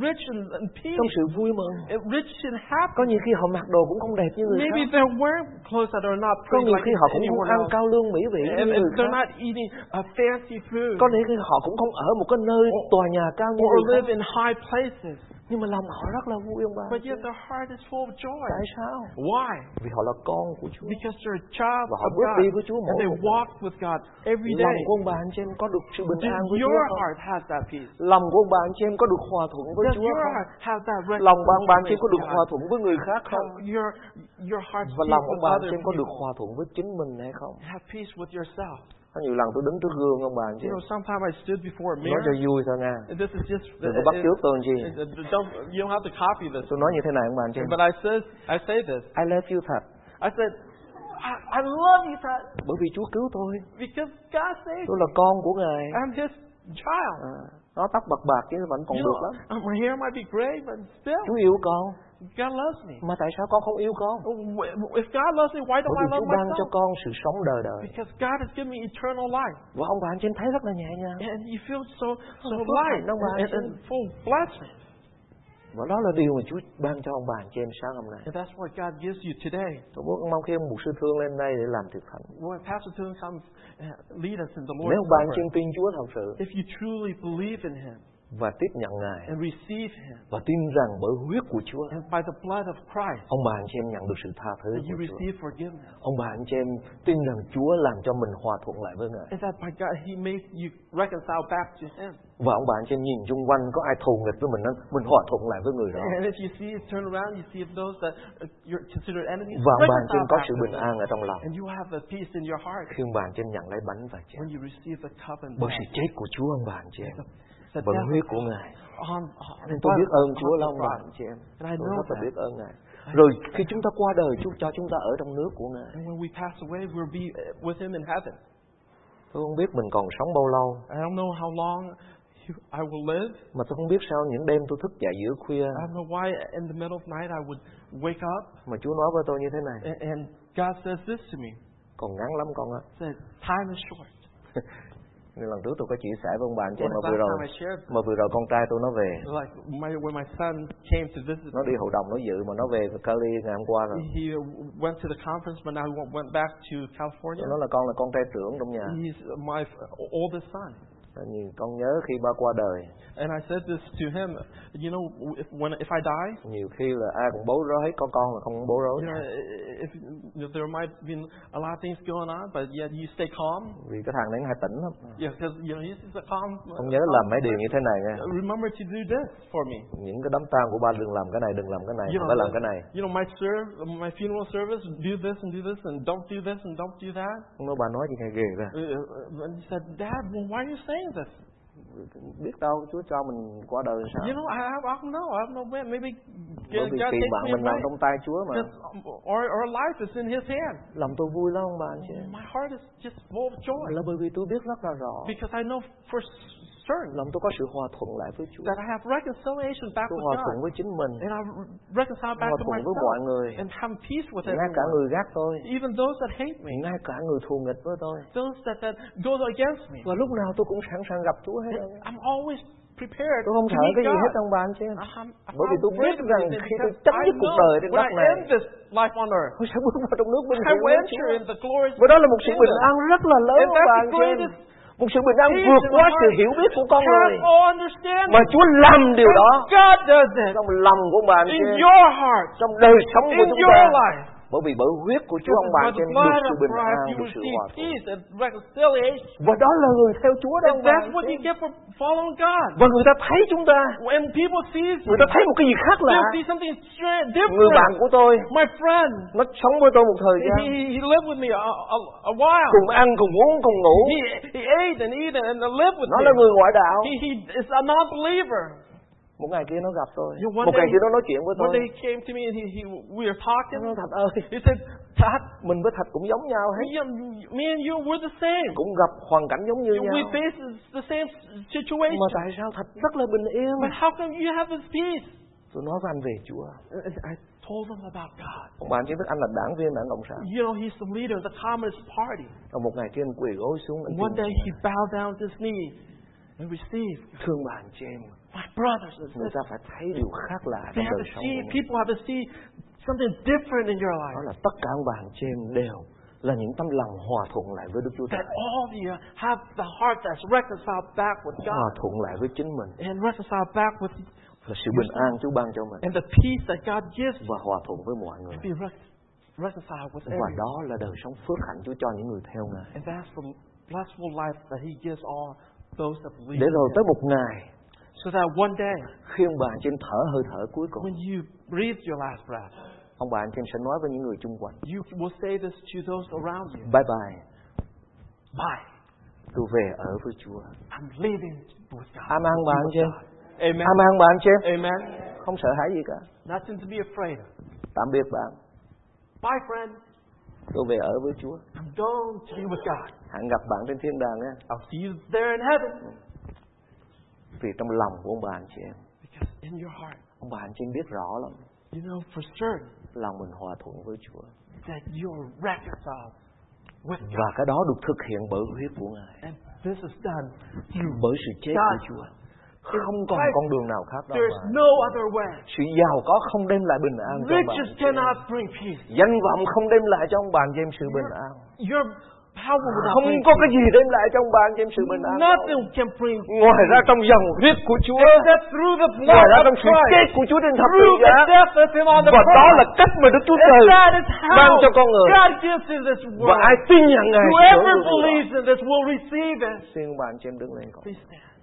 [SPEAKER 2] rich in, in
[SPEAKER 1] trong
[SPEAKER 2] peace,
[SPEAKER 1] sự vui mừng
[SPEAKER 2] and rich in
[SPEAKER 1] có
[SPEAKER 2] happiness.
[SPEAKER 1] nhiều khi họ mặc đồ cũng không đẹp như người
[SPEAKER 2] Maybe
[SPEAKER 1] khác
[SPEAKER 2] they're wearing clothes that are not
[SPEAKER 1] có
[SPEAKER 2] pretty
[SPEAKER 1] nhiều
[SPEAKER 2] like
[SPEAKER 1] khi họ cũng không
[SPEAKER 2] anyone
[SPEAKER 1] ăn
[SPEAKER 2] else.
[SPEAKER 1] cao lương mỹ vị như
[SPEAKER 2] And, and
[SPEAKER 1] người
[SPEAKER 2] they're
[SPEAKER 1] khác
[SPEAKER 2] not eating uh, fancy food
[SPEAKER 1] có lẽ khi họ cũng không ở một cái nơi tòa nhà cao như
[SPEAKER 2] or
[SPEAKER 1] người
[SPEAKER 2] live
[SPEAKER 1] khác
[SPEAKER 2] in high places.
[SPEAKER 1] nhưng mà lòng họ rất là vui ông bà
[SPEAKER 2] But yet their heart is full of joy.
[SPEAKER 1] tại sao
[SPEAKER 2] Why?
[SPEAKER 1] vì họ là con của Chúa
[SPEAKER 2] Because they're a child
[SPEAKER 1] Và họ
[SPEAKER 2] of
[SPEAKER 1] bước
[SPEAKER 2] God.
[SPEAKER 1] đi với Chúa
[SPEAKER 2] And
[SPEAKER 1] mỗi
[SPEAKER 2] they
[SPEAKER 1] một ngày.
[SPEAKER 2] walk with God every
[SPEAKER 1] lòng
[SPEAKER 2] day.
[SPEAKER 1] của ông bà anh chị em có được sự bình an
[SPEAKER 2] Does
[SPEAKER 1] với
[SPEAKER 2] your
[SPEAKER 1] Chúa không
[SPEAKER 2] heart has that peace?
[SPEAKER 1] lòng của ông bà anh chị em có được hòa thuận với
[SPEAKER 2] Does
[SPEAKER 1] Chúa
[SPEAKER 2] your
[SPEAKER 1] không
[SPEAKER 2] heart have that
[SPEAKER 1] lòng bà ông bà anh chị em có
[SPEAKER 2] reconciliation
[SPEAKER 1] được
[SPEAKER 2] with
[SPEAKER 1] hòa
[SPEAKER 2] God?
[SPEAKER 1] thuận với người khác không
[SPEAKER 2] How- Your, your heart
[SPEAKER 1] và
[SPEAKER 2] peace
[SPEAKER 1] lòng ông
[SPEAKER 2] with
[SPEAKER 1] bà anh
[SPEAKER 2] other
[SPEAKER 1] chị em có được
[SPEAKER 2] people.
[SPEAKER 1] hòa thuận với chính mình hay không
[SPEAKER 2] Have peace with yourself.
[SPEAKER 1] có nhiều lần tôi đứng trước gương ông bà anh chị
[SPEAKER 2] You
[SPEAKER 1] em
[SPEAKER 2] know, sometimes I stood before a
[SPEAKER 1] nói cho
[SPEAKER 2] mirror.
[SPEAKER 1] vui thôi nha
[SPEAKER 2] and This is just.
[SPEAKER 1] đừng có bắt chước tôi làm gì
[SPEAKER 2] Uh, Don't, you don't have to copy this.
[SPEAKER 1] tôi nói như thế này ông bà anh chị em
[SPEAKER 2] But I says, I say this.
[SPEAKER 1] I love you thật
[SPEAKER 2] I said, I, I love you, God,
[SPEAKER 1] bởi vì Chúa cứu tôi
[SPEAKER 2] because God saved
[SPEAKER 1] tôi là con của Ngài
[SPEAKER 2] me. I'm His child.
[SPEAKER 1] à, nó tóc bạc bạc chứ vẫn còn
[SPEAKER 2] you
[SPEAKER 1] được
[SPEAKER 2] know,
[SPEAKER 1] lắm
[SPEAKER 2] my hair might be gray, but
[SPEAKER 1] Chúa
[SPEAKER 2] still,
[SPEAKER 1] yêu con
[SPEAKER 2] God loves me. Oh,
[SPEAKER 1] mà tại sao con không yêu con
[SPEAKER 2] Wh- If God loves me, why
[SPEAKER 1] bởi
[SPEAKER 2] don't
[SPEAKER 1] vì
[SPEAKER 2] I love
[SPEAKER 1] Chúa ban cho
[SPEAKER 2] myself?
[SPEAKER 1] con sự sống đời đời
[SPEAKER 2] Because God has given me eternal life,
[SPEAKER 1] và ông bà anh chị em thấy rất là nhẹ nhàng
[SPEAKER 2] and you feel
[SPEAKER 1] Oh,
[SPEAKER 2] so so
[SPEAKER 1] Phước
[SPEAKER 2] light
[SPEAKER 1] hạnh đó mà,
[SPEAKER 2] and, and, and full blessing.
[SPEAKER 1] và đó là điều mà Chúa ban cho ông bà anh chị em sáng hôm nay
[SPEAKER 2] And that's what God gives you today.
[SPEAKER 1] tôi muốn mong khi ông mục sư thương lên đây để làm thực hành
[SPEAKER 2] When Pastor Toon comes, uh, lead us in the
[SPEAKER 1] nếu
[SPEAKER 2] Lord's
[SPEAKER 1] ông bà anh chị
[SPEAKER 2] Supper.
[SPEAKER 1] em tin Chúa thật sự
[SPEAKER 2] If you truly believe in Him
[SPEAKER 1] và tiếp nhận Ngài
[SPEAKER 2] and receive Him,
[SPEAKER 1] và tin rằng bởi huyết của Chúa
[SPEAKER 2] and by the blood of Christ,
[SPEAKER 1] ông bà anh chị em nhận được sự tha thứ
[SPEAKER 2] that you
[SPEAKER 1] của Chúa
[SPEAKER 2] receive forgiveness.
[SPEAKER 1] ông bà anh chị em tin rằng Chúa làm cho mình hòa thuận lại với Ngài
[SPEAKER 2] is that by God He made you reconcile back to Him.
[SPEAKER 1] và ông bà anh chị em nhìn chung quanh có ai thù nghịch với mình không? mình hòa thuận lại với người đó
[SPEAKER 2] And if you see it turn around, you see if those that uh, you're considered enemies,
[SPEAKER 1] và ông bà anh chị em
[SPEAKER 2] reconcile
[SPEAKER 1] có
[SPEAKER 2] back
[SPEAKER 1] sự
[SPEAKER 2] to
[SPEAKER 1] bình
[SPEAKER 2] Him.
[SPEAKER 1] an ở trong lòng
[SPEAKER 2] And you have a peace in your heart
[SPEAKER 1] khi ông bà anh chị em nhận lấy bánh và chén
[SPEAKER 2] when you receive the cup and
[SPEAKER 1] bởi
[SPEAKER 2] bread.
[SPEAKER 1] sự chết của Chúa ông bà anh chị em
[SPEAKER 2] The
[SPEAKER 1] bởi
[SPEAKER 2] death
[SPEAKER 1] huyết của Ngài
[SPEAKER 2] on, on
[SPEAKER 1] nên
[SPEAKER 2] the
[SPEAKER 1] tôi
[SPEAKER 2] blood
[SPEAKER 1] biết Vâng, ơn
[SPEAKER 2] on
[SPEAKER 1] Chúa
[SPEAKER 2] the
[SPEAKER 1] lắm bà
[SPEAKER 2] cross.
[SPEAKER 1] anh chị em
[SPEAKER 2] And I
[SPEAKER 1] tôi
[SPEAKER 2] know
[SPEAKER 1] rất là
[SPEAKER 2] that.
[SPEAKER 1] biết ơn Ngài rồi khi chúng ta qua đời Chúa cho chúng ta ở trong nước của Ngài
[SPEAKER 2] And when we pass away, we'll be uh, with Him in heaven.
[SPEAKER 1] tôi không biết mình còn sống bao lâu
[SPEAKER 2] I don't know how long you- I will live.
[SPEAKER 1] mà tôi không biết sao những đêm tôi thức dậy giữa khuya
[SPEAKER 2] I don't know why in the middle of night I would wake up
[SPEAKER 1] mà Chúa nói với tôi như thế này
[SPEAKER 2] and, and God says this to me.
[SPEAKER 1] còn ngắn lắm con ạ
[SPEAKER 2] He says, time is short.
[SPEAKER 1] nên lần trước tôi có chia sẻ với ông bà anh chị em
[SPEAKER 2] When
[SPEAKER 1] mà
[SPEAKER 2] the
[SPEAKER 1] vừa
[SPEAKER 2] last
[SPEAKER 1] rồi
[SPEAKER 2] time I shared
[SPEAKER 1] mà vừa rồi con trai tôi nó về
[SPEAKER 2] Like my, when my son came to visit
[SPEAKER 1] nó đi hội đồng nó dự mà nó về Cali ngày hôm qua rồi
[SPEAKER 2] me, he uh, went to the conference, but now he went- went back to California.
[SPEAKER 1] Tôi nói là con là con trai trưởng trong nhà
[SPEAKER 2] He's my f- oldest son,
[SPEAKER 1] Tại vì con nhớ khi ba qua đời
[SPEAKER 2] and I said this to him. You know, if, when if I die,
[SPEAKER 1] nhiều khi là ai cũng bối rối có con là không bối rối
[SPEAKER 2] you know, if, you know, there might be a lot of things going on, but yet you stay calm.
[SPEAKER 1] vì cái thằng đấy nó hay tỉnh lắm
[SPEAKER 2] Yeah, because you know he's a calm. Uh,
[SPEAKER 1] ông nhớ làm mấy điều như thế này nha
[SPEAKER 2] Remember to do this for me.
[SPEAKER 1] những cái đám tang của ba đừng làm cái này đừng làm cái này
[SPEAKER 2] You
[SPEAKER 1] không
[SPEAKER 2] know,
[SPEAKER 1] phải làm cái này
[SPEAKER 2] you know my serve, my funeral service. Do this and do this, and don't do this and don't do that.
[SPEAKER 1] ông nói bà nói gì nghe ghê ra
[SPEAKER 2] Uh, uh, and he said, Dad, well, why are you saying this?
[SPEAKER 1] biết đâu Chúa cho mình qua đời
[SPEAKER 2] You
[SPEAKER 1] sao?
[SPEAKER 2] know, I, I I don't know. I don't know when. Maybe
[SPEAKER 1] Bởi
[SPEAKER 2] God,
[SPEAKER 1] vì
[SPEAKER 2] God
[SPEAKER 1] tiền
[SPEAKER 2] takes
[SPEAKER 1] bạc
[SPEAKER 2] me
[SPEAKER 1] mình nằm
[SPEAKER 2] away.
[SPEAKER 1] trong tay Chúa mà.
[SPEAKER 2] Because our, our life is in His hand.
[SPEAKER 1] Lòng tôi vui lắm ông bà anh chị.
[SPEAKER 2] My heart is just full of joy
[SPEAKER 1] Là bởi vì tôi biết rất là rõ.
[SPEAKER 2] because I know for certain
[SPEAKER 1] Lòng tôi có sự hòa thuận lại với Chúa.
[SPEAKER 2] that I have reconciliation back
[SPEAKER 1] Tôi
[SPEAKER 2] with
[SPEAKER 1] hòa thuận
[SPEAKER 2] God
[SPEAKER 1] với chính mình,
[SPEAKER 2] and I reconcile back
[SPEAKER 1] hòa
[SPEAKER 2] to
[SPEAKER 1] thuận với mọi
[SPEAKER 2] myself
[SPEAKER 1] người,
[SPEAKER 2] and have peace with
[SPEAKER 1] ngay cả
[SPEAKER 2] everyone,
[SPEAKER 1] người gác tôi,
[SPEAKER 2] even those that hate me,
[SPEAKER 1] ngay cả người thù nghịch với tôi.
[SPEAKER 2] those that, that goes against me.
[SPEAKER 1] Và lúc nào tôi cũng sẵn sàng gặp Chúa hết.
[SPEAKER 2] And I'm always prepared
[SPEAKER 1] Tôi không
[SPEAKER 2] to
[SPEAKER 1] sợ
[SPEAKER 2] meet
[SPEAKER 1] cái gì
[SPEAKER 2] God.
[SPEAKER 1] hết ông bà anh chị. em.
[SPEAKER 2] I'm, I'm
[SPEAKER 1] Bởi vì tôi biết
[SPEAKER 2] ready
[SPEAKER 1] rằng
[SPEAKER 2] with it
[SPEAKER 1] khi tôi
[SPEAKER 2] because
[SPEAKER 1] chấm
[SPEAKER 2] I
[SPEAKER 1] dứt cuộc
[SPEAKER 2] know
[SPEAKER 1] đời trên
[SPEAKER 2] when
[SPEAKER 1] đất
[SPEAKER 2] I
[SPEAKER 1] này,
[SPEAKER 2] end this life on earth,
[SPEAKER 1] tôi sẽ bước vào trong nước bình
[SPEAKER 2] I
[SPEAKER 1] an
[SPEAKER 2] will
[SPEAKER 1] của
[SPEAKER 2] enter
[SPEAKER 1] Chúa.
[SPEAKER 2] in the glorious
[SPEAKER 1] Và đó là một sự
[SPEAKER 2] kingdom.
[SPEAKER 1] bình an rất là lớn
[SPEAKER 2] And
[SPEAKER 1] ông
[SPEAKER 2] that's
[SPEAKER 1] bà
[SPEAKER 2] the
[SPEAKER 1] anh chị. em.
[SPEAKER 2] greatest
[SPEAKER 1] Một sự bình an
[SPEAKER 2] peace
[SPEAKER 1] vượt
[SPEAKER 2] in
[SPEAKER 1] qua
[SPEAKER 2] my
[SPEAKER 1] sự
[SPEAKER 2] heart.
[SPEAKER 1] hiểu biết của con người.
[SPEAKER 2] Past all understanding.
[SPEAKER 1] Mà Chúa làm điều đó
[SPEAKER 2] And God does it
[SPEAKER 1] trong lòng của ông bà anh
[SPEAKER 2] in
[SPEAKER 1] chị. em,
[SPEAKER 2] your heart,
[SPEAKER 1] Trong đời sống
[SPEAKER 2] in
[SPEAKER 1] của chúng
[SPEAKER 2] your
[SPEAKER 1] ta.
[SPEAKER 2] life.
[SPEAKER 1] Bởi vì bởi huyết của Chúa ông bà
[SPEAKER 2] By
[SPEAKER 1] anh chị
[SPEAKER 2] the
[SPEAKER 1] em
[SPEAKER 2] blood
[SPEAKER 1] được
[SPEAKER 2] of
[SPEAKER 1] sự bình
[SPEAKER 2] Christ,
[SPEAKER 1] an,
[SPEAKER 2] you
[SPEAKER 1] được sự
[SPEAKER 2] receive
[SPEAKER 1] hòa thuận.
[SPEAKER 2] peace and reconciliation.
[SPEAKER 1] Và đó là người theo Chúa đó
[SPEAKER 2] And
[SPEAKER 1] ông bà
[SPEAKER 2] that's
[SPEAKER 1] anh
[SPEAKER 2] what
[SPEAKER 1] chị
[SPEAKER 2] you
[SPEAKER 1] em.
[SPEAKER 2] get for following God.
[SPEAKER 1] Và người ta thấy chúng ta,
[SPEAKER 2] When people see us,
[SPEAKER 1] người ta thấy một cái gì khác lạ.
[SPEAKER 2] they'll see something stra-
[SPEAKER 1] Người bạn
[SPEAKER 2] different.
[SPEAKER 1] của tôi,
[SPEAKER 2] My friend,
[SPEAKER 1] nó sống với tôi một thời gian.
[SPEAKER 2] he, he lived with me a, a, a while.
[SPEAKER 1] Cùng ăn, cùng uống, cùng ngủ.
[SPEAKER 2] He, he ate and ate and lived with
[SPEAKER 1] Nó
[SPEAKER 2] me.
[SPEAKER 1] là người ngoại đạo.
[SPEAKER 2] He, he is a non-believer.
[SPEAKER 1] Một ngày kia nó gặp tôi.
[SPEAKER 2] You one
[SPEAKER 1] Một ngày
[SPEAKER 2] day-
[SPEAKER 1] kia nó nói chuyện với tôi.
[SPEAKER 2] One day he came to me and he, he we were talking.
[SPEAKER 1] Nó nói, Thạch ơi,
[SPEAKER 2] He said, Todd,
[SPEAKER 1] mình với Thạch cũng giống nhau hết.
[SPEAKER 2] me and, me and you were the same.
[SPEAKER 1] Cũng gặp hoàn cảnh giống như nhau.
[SPEAKER 2] We face the same situation.
[SPEAKER 1] Mà tại sao Thạch rất là bình yên?
[SPEAKER 2] But how come you have this peace?
[SPEAKER 1] Tôi nói với anh về Chúa.
[SPEAKER 2] And I told him about God.
[SPEAKER 1] Ông bạn chỉ biết anh là đảng viên đảng Cộng sản.
[SPEAKER 2] You know, he's the leader of the Communist Party.
[SPEAKER 1] Rồi một ngày kia anh quỳ gối xuống. Anh
[SPEAKER 2] And one
[SPEAKER 1] kêu,
[SPEAKER 2] day he bowed down to his knees and received
[SPEAKER 1] Thương bạn chị em.
[SPEAKER 2] my brothers and
[SPEAKER 1] Người
[SPEAKER 2] sisters.
[SPEAKER 1] ta phải thấy điều khác lạ
[SPEAKER 2] They
[SPEAKER 1] trong
[SPEAKER 2] have
[SPEAKER 1] đời
[SPEAKER 2] to
[SPEAKER 1] sống
[SPEAKER 2] see,
[SPEAKER 1] của mình.
[SPEAKER 2] people have to see something different in your
[SPEAKER 1] Đó
[SPEAKER 2] life.
[SPEAKER 1] là tất cả ông bà anh chị em đều là những tấm lòng hòa thuận lại với Đức Chúa Trời.
[SPEAKER 2] That all of you have the heart that's reconciled back with
[SPEAKER 1] Hòa
[SPEAKER 2] God
[SPEAKER 1] thuận lại với chính mình
[SPEAKER 2] and reconciled back with
[SPEAKER 1] là sự bình an Chúa ban cho mình
[SPEAKER 2] and the peace that God gives
[SPEAKER 1] và hòa thuận với mọi người.
[SPEAKER 2] to be rec- reconciled with
[SPEAKER 1] Và
[SPEAKER 2] everyone.
[SPEAKER 1] đó là đời sống phước hạnh Chúa cho những người theo Ngài.
[SPEAKER 2] And that's the blessful life that He gives all those that believe.
[SPEAKER 1] Để
[SPEAKER 2] in
[SPEAKER 1] rồi
[SPEAKER 2] Him.
[SPEAKER 1] tới một ngày
[SPEAKER 2] So that one day,
[SPEAKER 1] khi ông bà anh chị em thở hơi thở cuối cùng,
[SPEAKER 2] when you breathe your last breath,
[SPEAKER 1] ông bà anh chị em sẽ nói với những người chung quanh.
[SPEAKER 2] you will say this to those around you.
[SPEAKER 1] Bye bye,
[SPEAKER 2] Bye.
[SPEAKER 1] tôi về ở với Chúa.
[SPEAKER 2] I'm leaving with God.
[SPEAKER 1] Amen ông bà anh chị em.
[SPEAKER 2] Amen.
[SPEAKER 1] Amen ông bà anh chị em.
[SPEAKER 2] Amen.
[SPEAKER 1] Không sợ hãi gì cả.
[SPEAKER 2] Nothing to be afraid of.
[SPEAKER 1] Tạm biệt bạn.
[SPEAKER 2] Bye, friend.
[SPEAKER 1] Tôi về ở với Chúa.
[SPEAKER 2] I'm going to be with God.
[SPEAKER 1] Hẹn gặp bạn trên thiên đàng nha.
[SPEAKER 2] I'll see you there in heaven.
[SPEAKER 1] Vì trong lòng của ông bà anh chị em,
[SPEAKER 2] Because in your heart,
[SPEAKER 1] ông bà anh chị em biết rõ lắm.
[SPEAKER 2] you know for certain
[SPEAKER 1] lòng mình hòa thuận với Chúa
[SPEAKER 2] that you're reconciled with
[SPEAKER 1] và cái đó được thực hiện bởi huyết của Ngài
[SPEAKER 2] And this is done.
[SPEAKER 1] bởi sự chết của Chúa không còn con đường nào khác đâu
[SPEAKER 2] There's
[SPEAKER 1] mà.
[SPEAKER 2] no other way.
[SPEAKER 1] sự giàu có không đem lại bình an cho ông bà anh
[SPEAKER 2] Riches
[SPEAKER 1] chị em.
[SPEAKER 2] cannot bring peace.
[SPEAKER 1] danh vọng không đem lại cho ông bà anh chị em sự bình an
[SPEAKER 2] Your power will not
[SPEAKER 1] không
[SPEAKER 2] bring
[SPEAKER 1] có cái
[SPEAKER 2] peace.
[SPEAKER 1] gì đem lại cho ông bà anh chị em sự bình an đâu.
[SPEAKER 2] Nothing can bring
[SPEAKER 1] ngoài ra trong dòng huyết của Chúa
[SPEAKER 2] that through the
[SPEAKER 1] ngoài
[SPEAKER 2] blood
[SPEAKER 1] ra
[SPEAKER 2] of
[SPEAKER 1] trong sự chết
[SPEAKER 2] Christ,
[SPEAKER 1] của Chúa trên thập tự
[SPEAKER 2] through the
[SPEAKER 1] giá
[SPEAKER 2] death of Him on the
[SPEAKER 1] và đó
[SPEAKER 2] cross.
[SPEAKER 1] là cách mà Đức Chúa Trời
[SPEAKER 2] And that is
[SPEAKER 1] ban
[SPEAKER 2] how
[SPEAKER 1] cho con người
[SPEAKER 2] God gives in this
[SPEAKER 1] và
[SPEAKER 2] world.
[SPEAKER 1] ai tin nhận Ngài sẽ hưởng
[SPEAKER 2] Whoever
[SPEAKER 1] được điều đó.
[SPEAKER 2] believes in this will receive it.
[SPEAKER 1] xin ông bà anh chị em đứng lên con
[SPEAKER 2] Please stand.